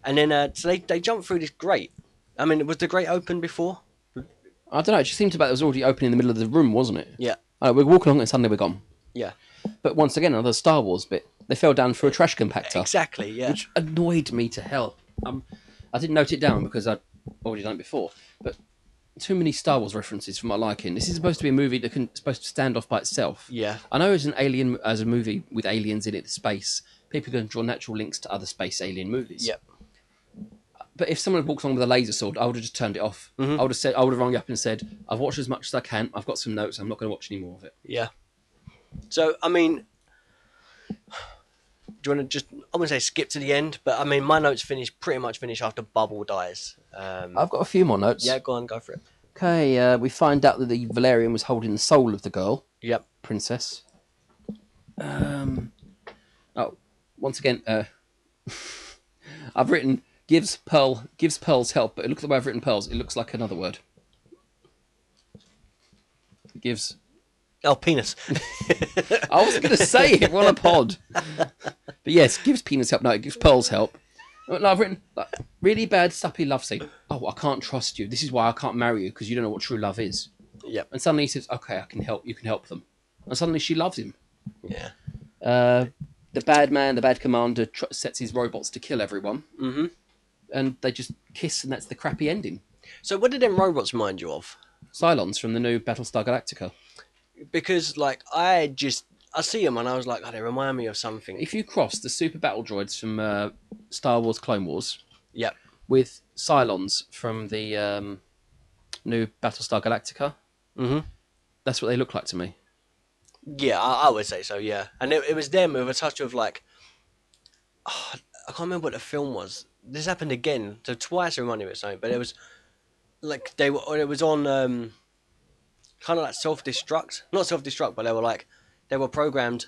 C: And then uh, so they they jump through this grate. I mean, was the grate open before?
B: I don't know. It just seemed about it was already open in the middle of the room, wasn't it?
C: Yeah.
B: Oh, we're walking along and suddenly we're gone.
C: Yeah.
B: But once again, another Star Wars bit. They fell down through a trash compactor,
C: Exactly. Yeah.
B: which annoyed me to hell. Um, I didn't note it down because I'd already done it before. But too many Star Wars references for my liking. This is supposed to be a movie that can supposed to stand off by itself.
C: Yeah.
B: I know as an alien as a movie with aliens in it, space people can draw natural links to other space alien movies.
C: Yep.
B: But if someone had walked along with a laser sword, I would have just turned it off. I would have said, I would have rung you up and said, "I've watched as much as I can. I've got some notes. I'm not going to watch any more of it."
C: Yeah. So I mean, do you want to just? I'm gonna say skip to the end, but I mean, my notes finish pretty much finish after Bubble dies. Um,
B: I've got a few more notes.
C: yeah, go on, go for it.
B: Okay. Uh, we find out that the Valerian was holding the soul of the girl
C: Yep.
B: princess. Um. Oh, once again, uh, [laughs] I've written gives Pearl gives Pearls help, but look at the way I've written Pearls. It looks like another word. Gives.
C: Oh, penis. [laughs]
B: I was going to say it. We're on a pod. But yes, gives penis help. No, it gives Pearls help. No, I've written like, really bad sappy love scene. Oh, I can't trust you. This is why I can't marry you because you don't know what true love is.
C: yep.
B: And suddenly he says, "Okay, I can help. You can help them." And suddenly she loves him.
C: Yeah.
B: Uh, the bad man, the bad commander, tr- sets his robots to kill everyone. Mm-hmm. And they just kiss, and that's the crappy ending.
C: So what did them robots remind you of?
B: Cylons from the new Battlestar Galactica.
C: Because like I just I see them and I was like, oh, they remind me of something.
B: If you cross the super battle droids from uh, Star Wars Clone Wars
C: Yep.
B: with Cylons from the um, new Battlestar Galactica,
C: Mhm.
B: that's what they look like to me.
C: Yeah, I, I would say so. Yeah, and it, it was them with a touch of like, oh, I can't remember what the film was. This happened again, so twice. It reminded me of something, but it was like they were. or It was on um, kind of like self destruct, not self destruct, but they were like they were programmed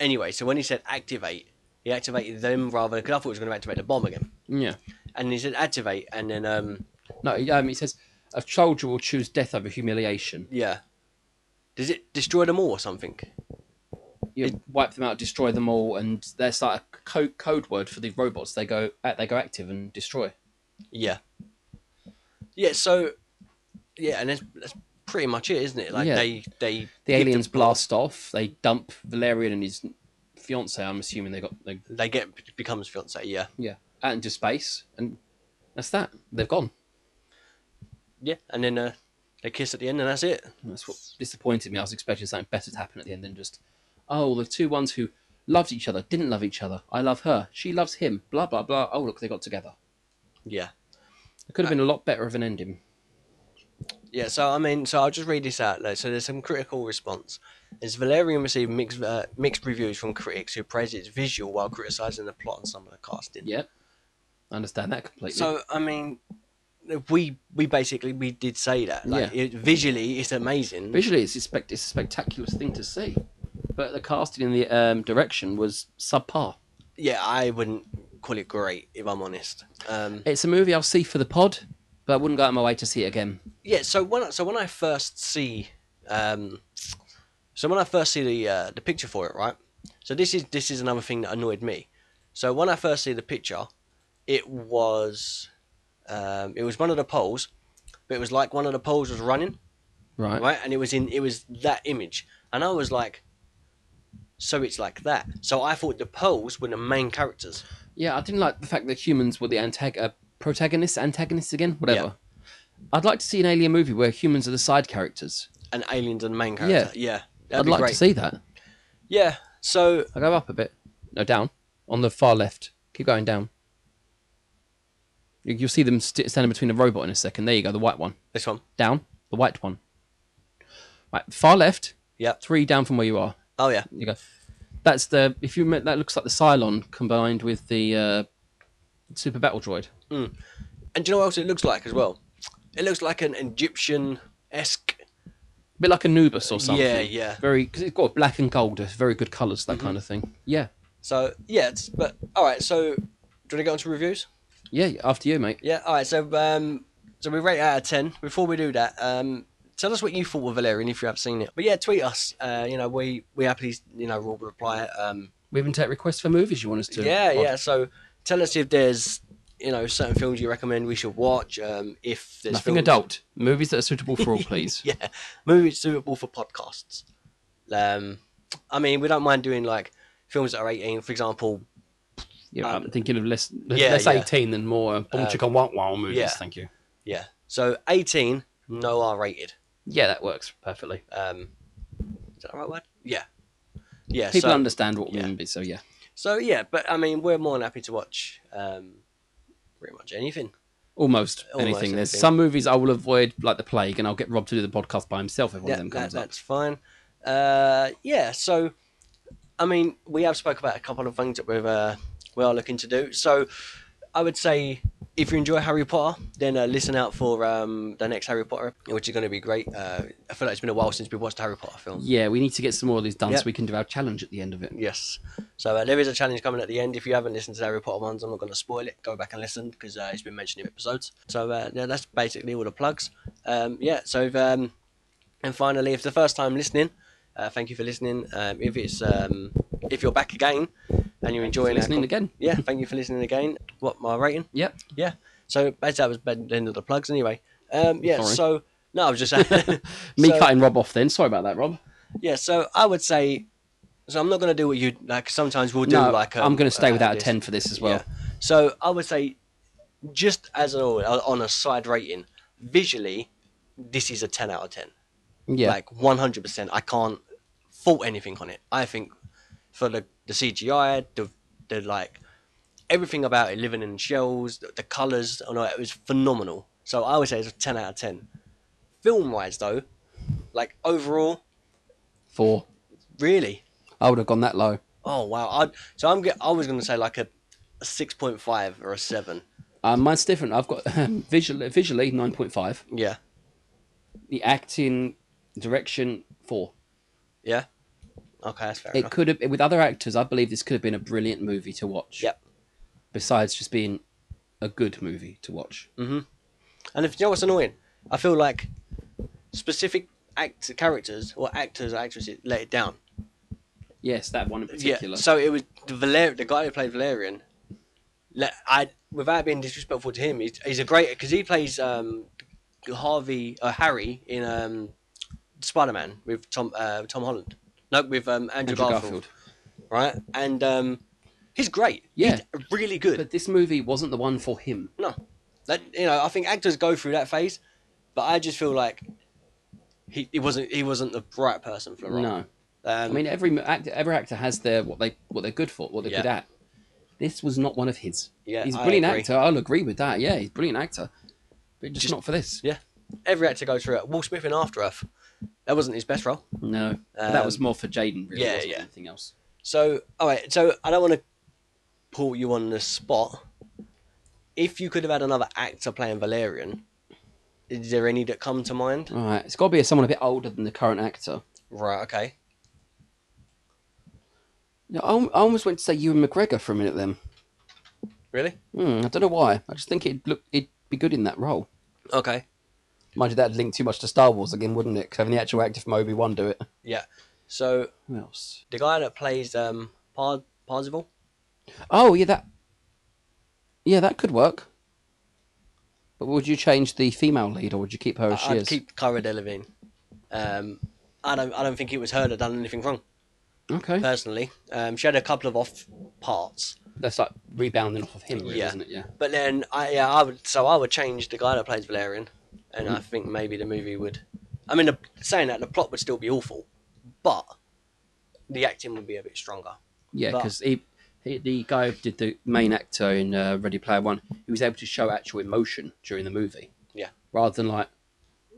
C: anyway. So when he said activate, he activated them rather because I thought he was going to activate the bomb again,
B: Yeah.
C: and he said activate, and then um,
B: No, um, he says a soldier will choose death over humiliation.
C: Yeah. Does it destroy them all or something?
B: You wipe them out, destroy them all, and there's like a code, code word for the robots. They go they go active and destroy.
C: Yeah. Yeah. So. Yeah, and that's, that's pretty much it, isn't it? Like
B: Yeah.
C: they they
B: The aliens blast off. They dump Valerian and his fiance. I'm assuming they got they,
C: they get becomes fiance. Yeah.
B: yeah out into space, and that's that. They've gone.
C: Yeah. And then uh, they kiss at the end, and that's it.
B: That's what disappointed me. I was expecting something better to happen at the end than just, oh, the two ones who loved each other didn't love each other. I love her. She loves him. Blah blah blah. Oh look, they got together.
C: Yeah.
B: It could have been a lot better of an ending.
C: Yeah, so I mean, so I'll just read this out. Like, so there's some critical response. As Valerian received mixed uh, mixed reviews from critics who praised its visual while criticizing the plot and some of the casting.
B: Yep, I understand that completely.
C: So I mean, we we basically we did say that. Like,
B: Yeah.
C: it, visually, it's amazing.
B: visually, it's a, spect- it's a spectacular thing to see, but the casting and the um, direction was subpar.
C: yeah, I wouldn't call it great if I'm honest. Um,
B: It's a movie I'll see for the pod, but I wouldn't go out of my way to see it again.
C: yeah, so when I, so when I first see, um, so when I first see the uh, the picture for it, right? So this is this is another thing that annoyed me. So when I first see the picture, it was um, it was one of the poles, but it was like one of the poles was running,
B: Right.
C: right? And it was in it was that image, and I was like, so it's like that. So I thought the poles were the main characters.
B: Yeah, I didn't like the fact that humans were the antag- uh, protagonists, antagonists again, whatever. I'd like to see an alien movie where humans are the side characters.
C: and aliens are the main character. Yeah, that'd
B: I'd
C: be
B: like
C: great.
B: to see that.
C: Yeah, so
B: I go up a bit. No, down. On the far left. Keep going down. You- You'll see them st- standing between a robot in a second. There you go, the white one.
C: this one.
B: Down, the white one. Right, far left,
C: Yeah.
B: three down from where you are.
C: Oh yeah.
B: You go. That's the. If you me- that looks like the Cylon combined with the uh, super battle droid.
C: And do you know what else it looks like as well? It looks like an Egyptian esque.
B: A bit like Anubis or something.
C: Yeah, yeah. Mm-hmm.
B: Very because it's got black and gold. It's very good colours, that kind of thing. Yeah,
C: So yeah, it's, but all right. So do you want to get on to reviews?
B: yeah. After you, mate.
C: Yeah. All right. So um, so we rate it out of ten. Before we do that, um, tell us what you thought of Valerian if you have seen it. But yeah, tweet us. Uh, you know, we we happily you know will reply. Um,
B: We even take requests for movies you want us to.
C: yeah
B: pod-
C: yeah so tell us if there's you know certain films you recommend we should watch um if there's
B: Nothing
C: films,
B: adult. Movies that are suitable for all, please.
C: [laughs] yeah movies suitable for podcasts um i mean we don't mind doing like films that are 18 for example
B: Yeah, I'm thinking of less
C: Um, yeah,
B: less
C: yeah.
B: eighteen than more um, chicken wow wow movies.
C: yeah.
B: Thank you.
C: yeah so 18 no r rated
B: Yeah, that works perfectly.
C: um is that the right word yeah yeah
B: People
C: so,
B: understand what we
C: yeah.
B: mean, by- so yeah.
C: so yeah but i mean we're more than happy to watch um pretty much anything
B: Almost,
C: Almost
B: anything. There's
C: anything.
B: some movies I will avoid, like The Plague, and I'll get Rob to do the podcast by himself if one
C: Yeah,
B: of them
C: that,
B: comes up.
C: that's fine. Uh, yeah, so I mean, we have spoke about a couple of things that we've uh, we are looking to do. So I would say if you enjoy Harry Potter, then uh, listen out for um, the next Harry Potter, which is going to be great. Uh, I feel like it's been a while since we watched a Harry Potter film.
B: Yeah, we need to get some more of these done
C: Yeah.
B: so we can do our challenge at the end of it.
C: Yes. So uh, there is a challenge coming at the end. If you haven't listened to the Harry Potter ones, I'm not going to spoil it. Go back and listen because uh, it's been mentioned in episodes. So uh, yeah, that's basically all the plugs. Um, yeah. So if, um, and finally, if the first time listening, uh, thank you for listening. Um, if it's um, if you're back again and you're enjoying our
B: listening
C: con-
B: again.
C: yeah, thank you for listening again. What my rating?
B: Yep.
C: Yeah. So basically, that was the end of the plugs anyway. Um, yeah.
B: Sorry.
C: So no,
B: [laughs]
C: I was just saying.
B: Me
C: So-
B: cutting Rob off then. Sorry about that, Rob.
C: yeah, so I would say, so I'm not going to do what you like. Sometimes we'll do
B: No,
C: like.
B: I'm going to stay
C: uh,
B: without a
C: this.
B: 10 for this as well.
C: Yeah. So I would say, just as an all on a side rating, visually, this is a 10 out of 10.
B: Yeah.
C: Like 100%. I can't fault anything on it. I think for the the CGI, the the like everything about it, living in shells, the, the colors, and all that, it was phenomenal. So I would say it's a 10 out of 10. Film wise though, like overall,
B: Four.
C: really.
B: I would have gone that low.
C: Oh wow! I, so I'm get, I was gonna say like a, a six point five or a seven.
B: Um, mine's different. I've got [laughs] visually, visually 9.5.
C: Yeah,
B: The acting, direction, four.
C: yeah. Okay, that's fair
B: It
C: enough.
B: could have, with other actors, I believe this could have been a brilliant movie to watch.
C: Yep.
B: Besides just being a good movie to watch.
C: Mm. And if you know what's annoying, I feel like specific act characters or actors or actresses let it down.
B: Yes, that one in particular.
C: Yeah. So it was the Valer- the guy who played Valerian. Let I without being disrespectful to him, he's, he's a great because he plays um, Harvey uh, Harry in um, Spider Man with Tom uh, Tom Holland. No, with um, Andrew,
B: Andrew
C: Garfield,
B: Garfield.
C: right? And um, he's great.
B: Yeah.
C: he's really good.
B: But this movie wasn't the one for him.
C: No, that you know, I think actors go through that phase, but I just feel like he, he wasn't he wasn't the right person for the role.
B: No.
C: um,
B: I mean, every actor, every actor has their what they what they're good for, what they're
C: Yeah.
B: good at. This was not one of his.
C: Yeah,
B: he's a
C: I
B: brilliant
C: agree.
B: actor. I'll agree with that. Yeah, he's a brilliant actor, but just, not for this.
C: yeah, every actor goes through it. Will Smith in After Earth, that wasn't his best role.
B: No, But that was
C: Um,
B: more for Jaden. Really,
C: yeah,
B: wasn't
C: yeah.
B: Anything else?
C: So all right, so I don't want to pull you on the spot. If you could have had another actor playing Valerian, is there any that come to mind?
B: All right, it's got to be someone a bit older than the current actor.
C: Right, okay.
B: No, I al- I almost went to say Ewan McGregor for a minute. Then
C: Really?
B: Hmm, I don't know why. I just think it'd look it'd be good in that role.
C: Okay.
B: Mind you, that'd link too much to Star Wars again, wouldn't it? 'Cause having the actual actor from Obi Wan do it.
C: Yeah. So
B: Who else?
C: the guy that plays um Par- Parzival,
B: Oh yeah, that. Yeah, that could work. But would you change the female lead, or wowould you keep her as she
C: I'd
B: is?
C: keep Cara Delevingne. Um, I don't. I don't think it was her that done anything wrong.
B: Okay,
C: Personally, um, she had a couple of off parts,
B: that's like rebounding off of him, really,
C: Yeah.
B: isn't it? Yeah.
C: but then I yeah I would so I would change the guy that plays Valerian, and
B: Mm.
C: I think maybe the movie would. I mean, the, saying that the plot would still be awful, but the acting would be a bit stronger.
B: Yeah,
C: But-
B: because he, he, the guy who did the main actor in uh, Ready Player One, he was able to show actual emotion during the movie.
C: Yeah.
B: Rather than like,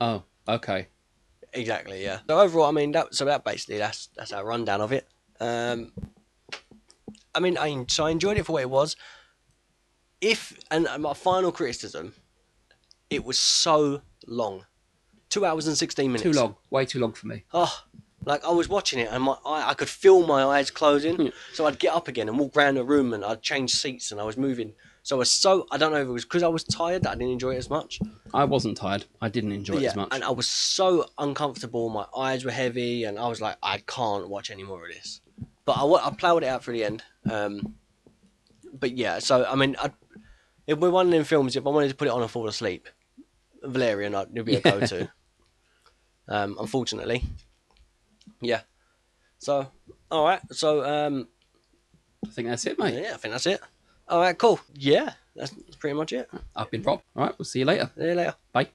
B: oh, okay.
C: Exactly. Yeah. So overall, I mean that. So that basically that's that's our rundown of it. Um, I mean, I so I enjoyed it for what it was. If and my final criticism, it was so long, two hours and sixteen minutes.
B: Too long. Way too long for me.
C: Oh, like I was watching it and my I, I could feel my eyes
B: Hmm.
C: closing. so I'd get up again and walk around the room and I'd change seats and I was moving. So I was so I don't know if it was because I was tired that I didn't enjoy it as much.
B: I wasn't tired. I didn't enjoy it as much.
C: And I was so uncomfortable. My eyes were heavy, and I was like, I can't watch any more of this. But I, wa- I plowed it out for the end. Um, but yeah, so I mean, I, if we're one of them films, if I wanted to put it on and fall asleep, Valerian I'd, would be a
B: Yeah.
C: go-to. Um, unfortunately, yeah. So, all right. So, um,
B: I think that's it, mate.
C: yeah, I think that's it. All right, cool. Yeah, that's, that's pretty much it.
B: I've been Rob. All right, we'll see you later.
C: See you later.
B: Bye.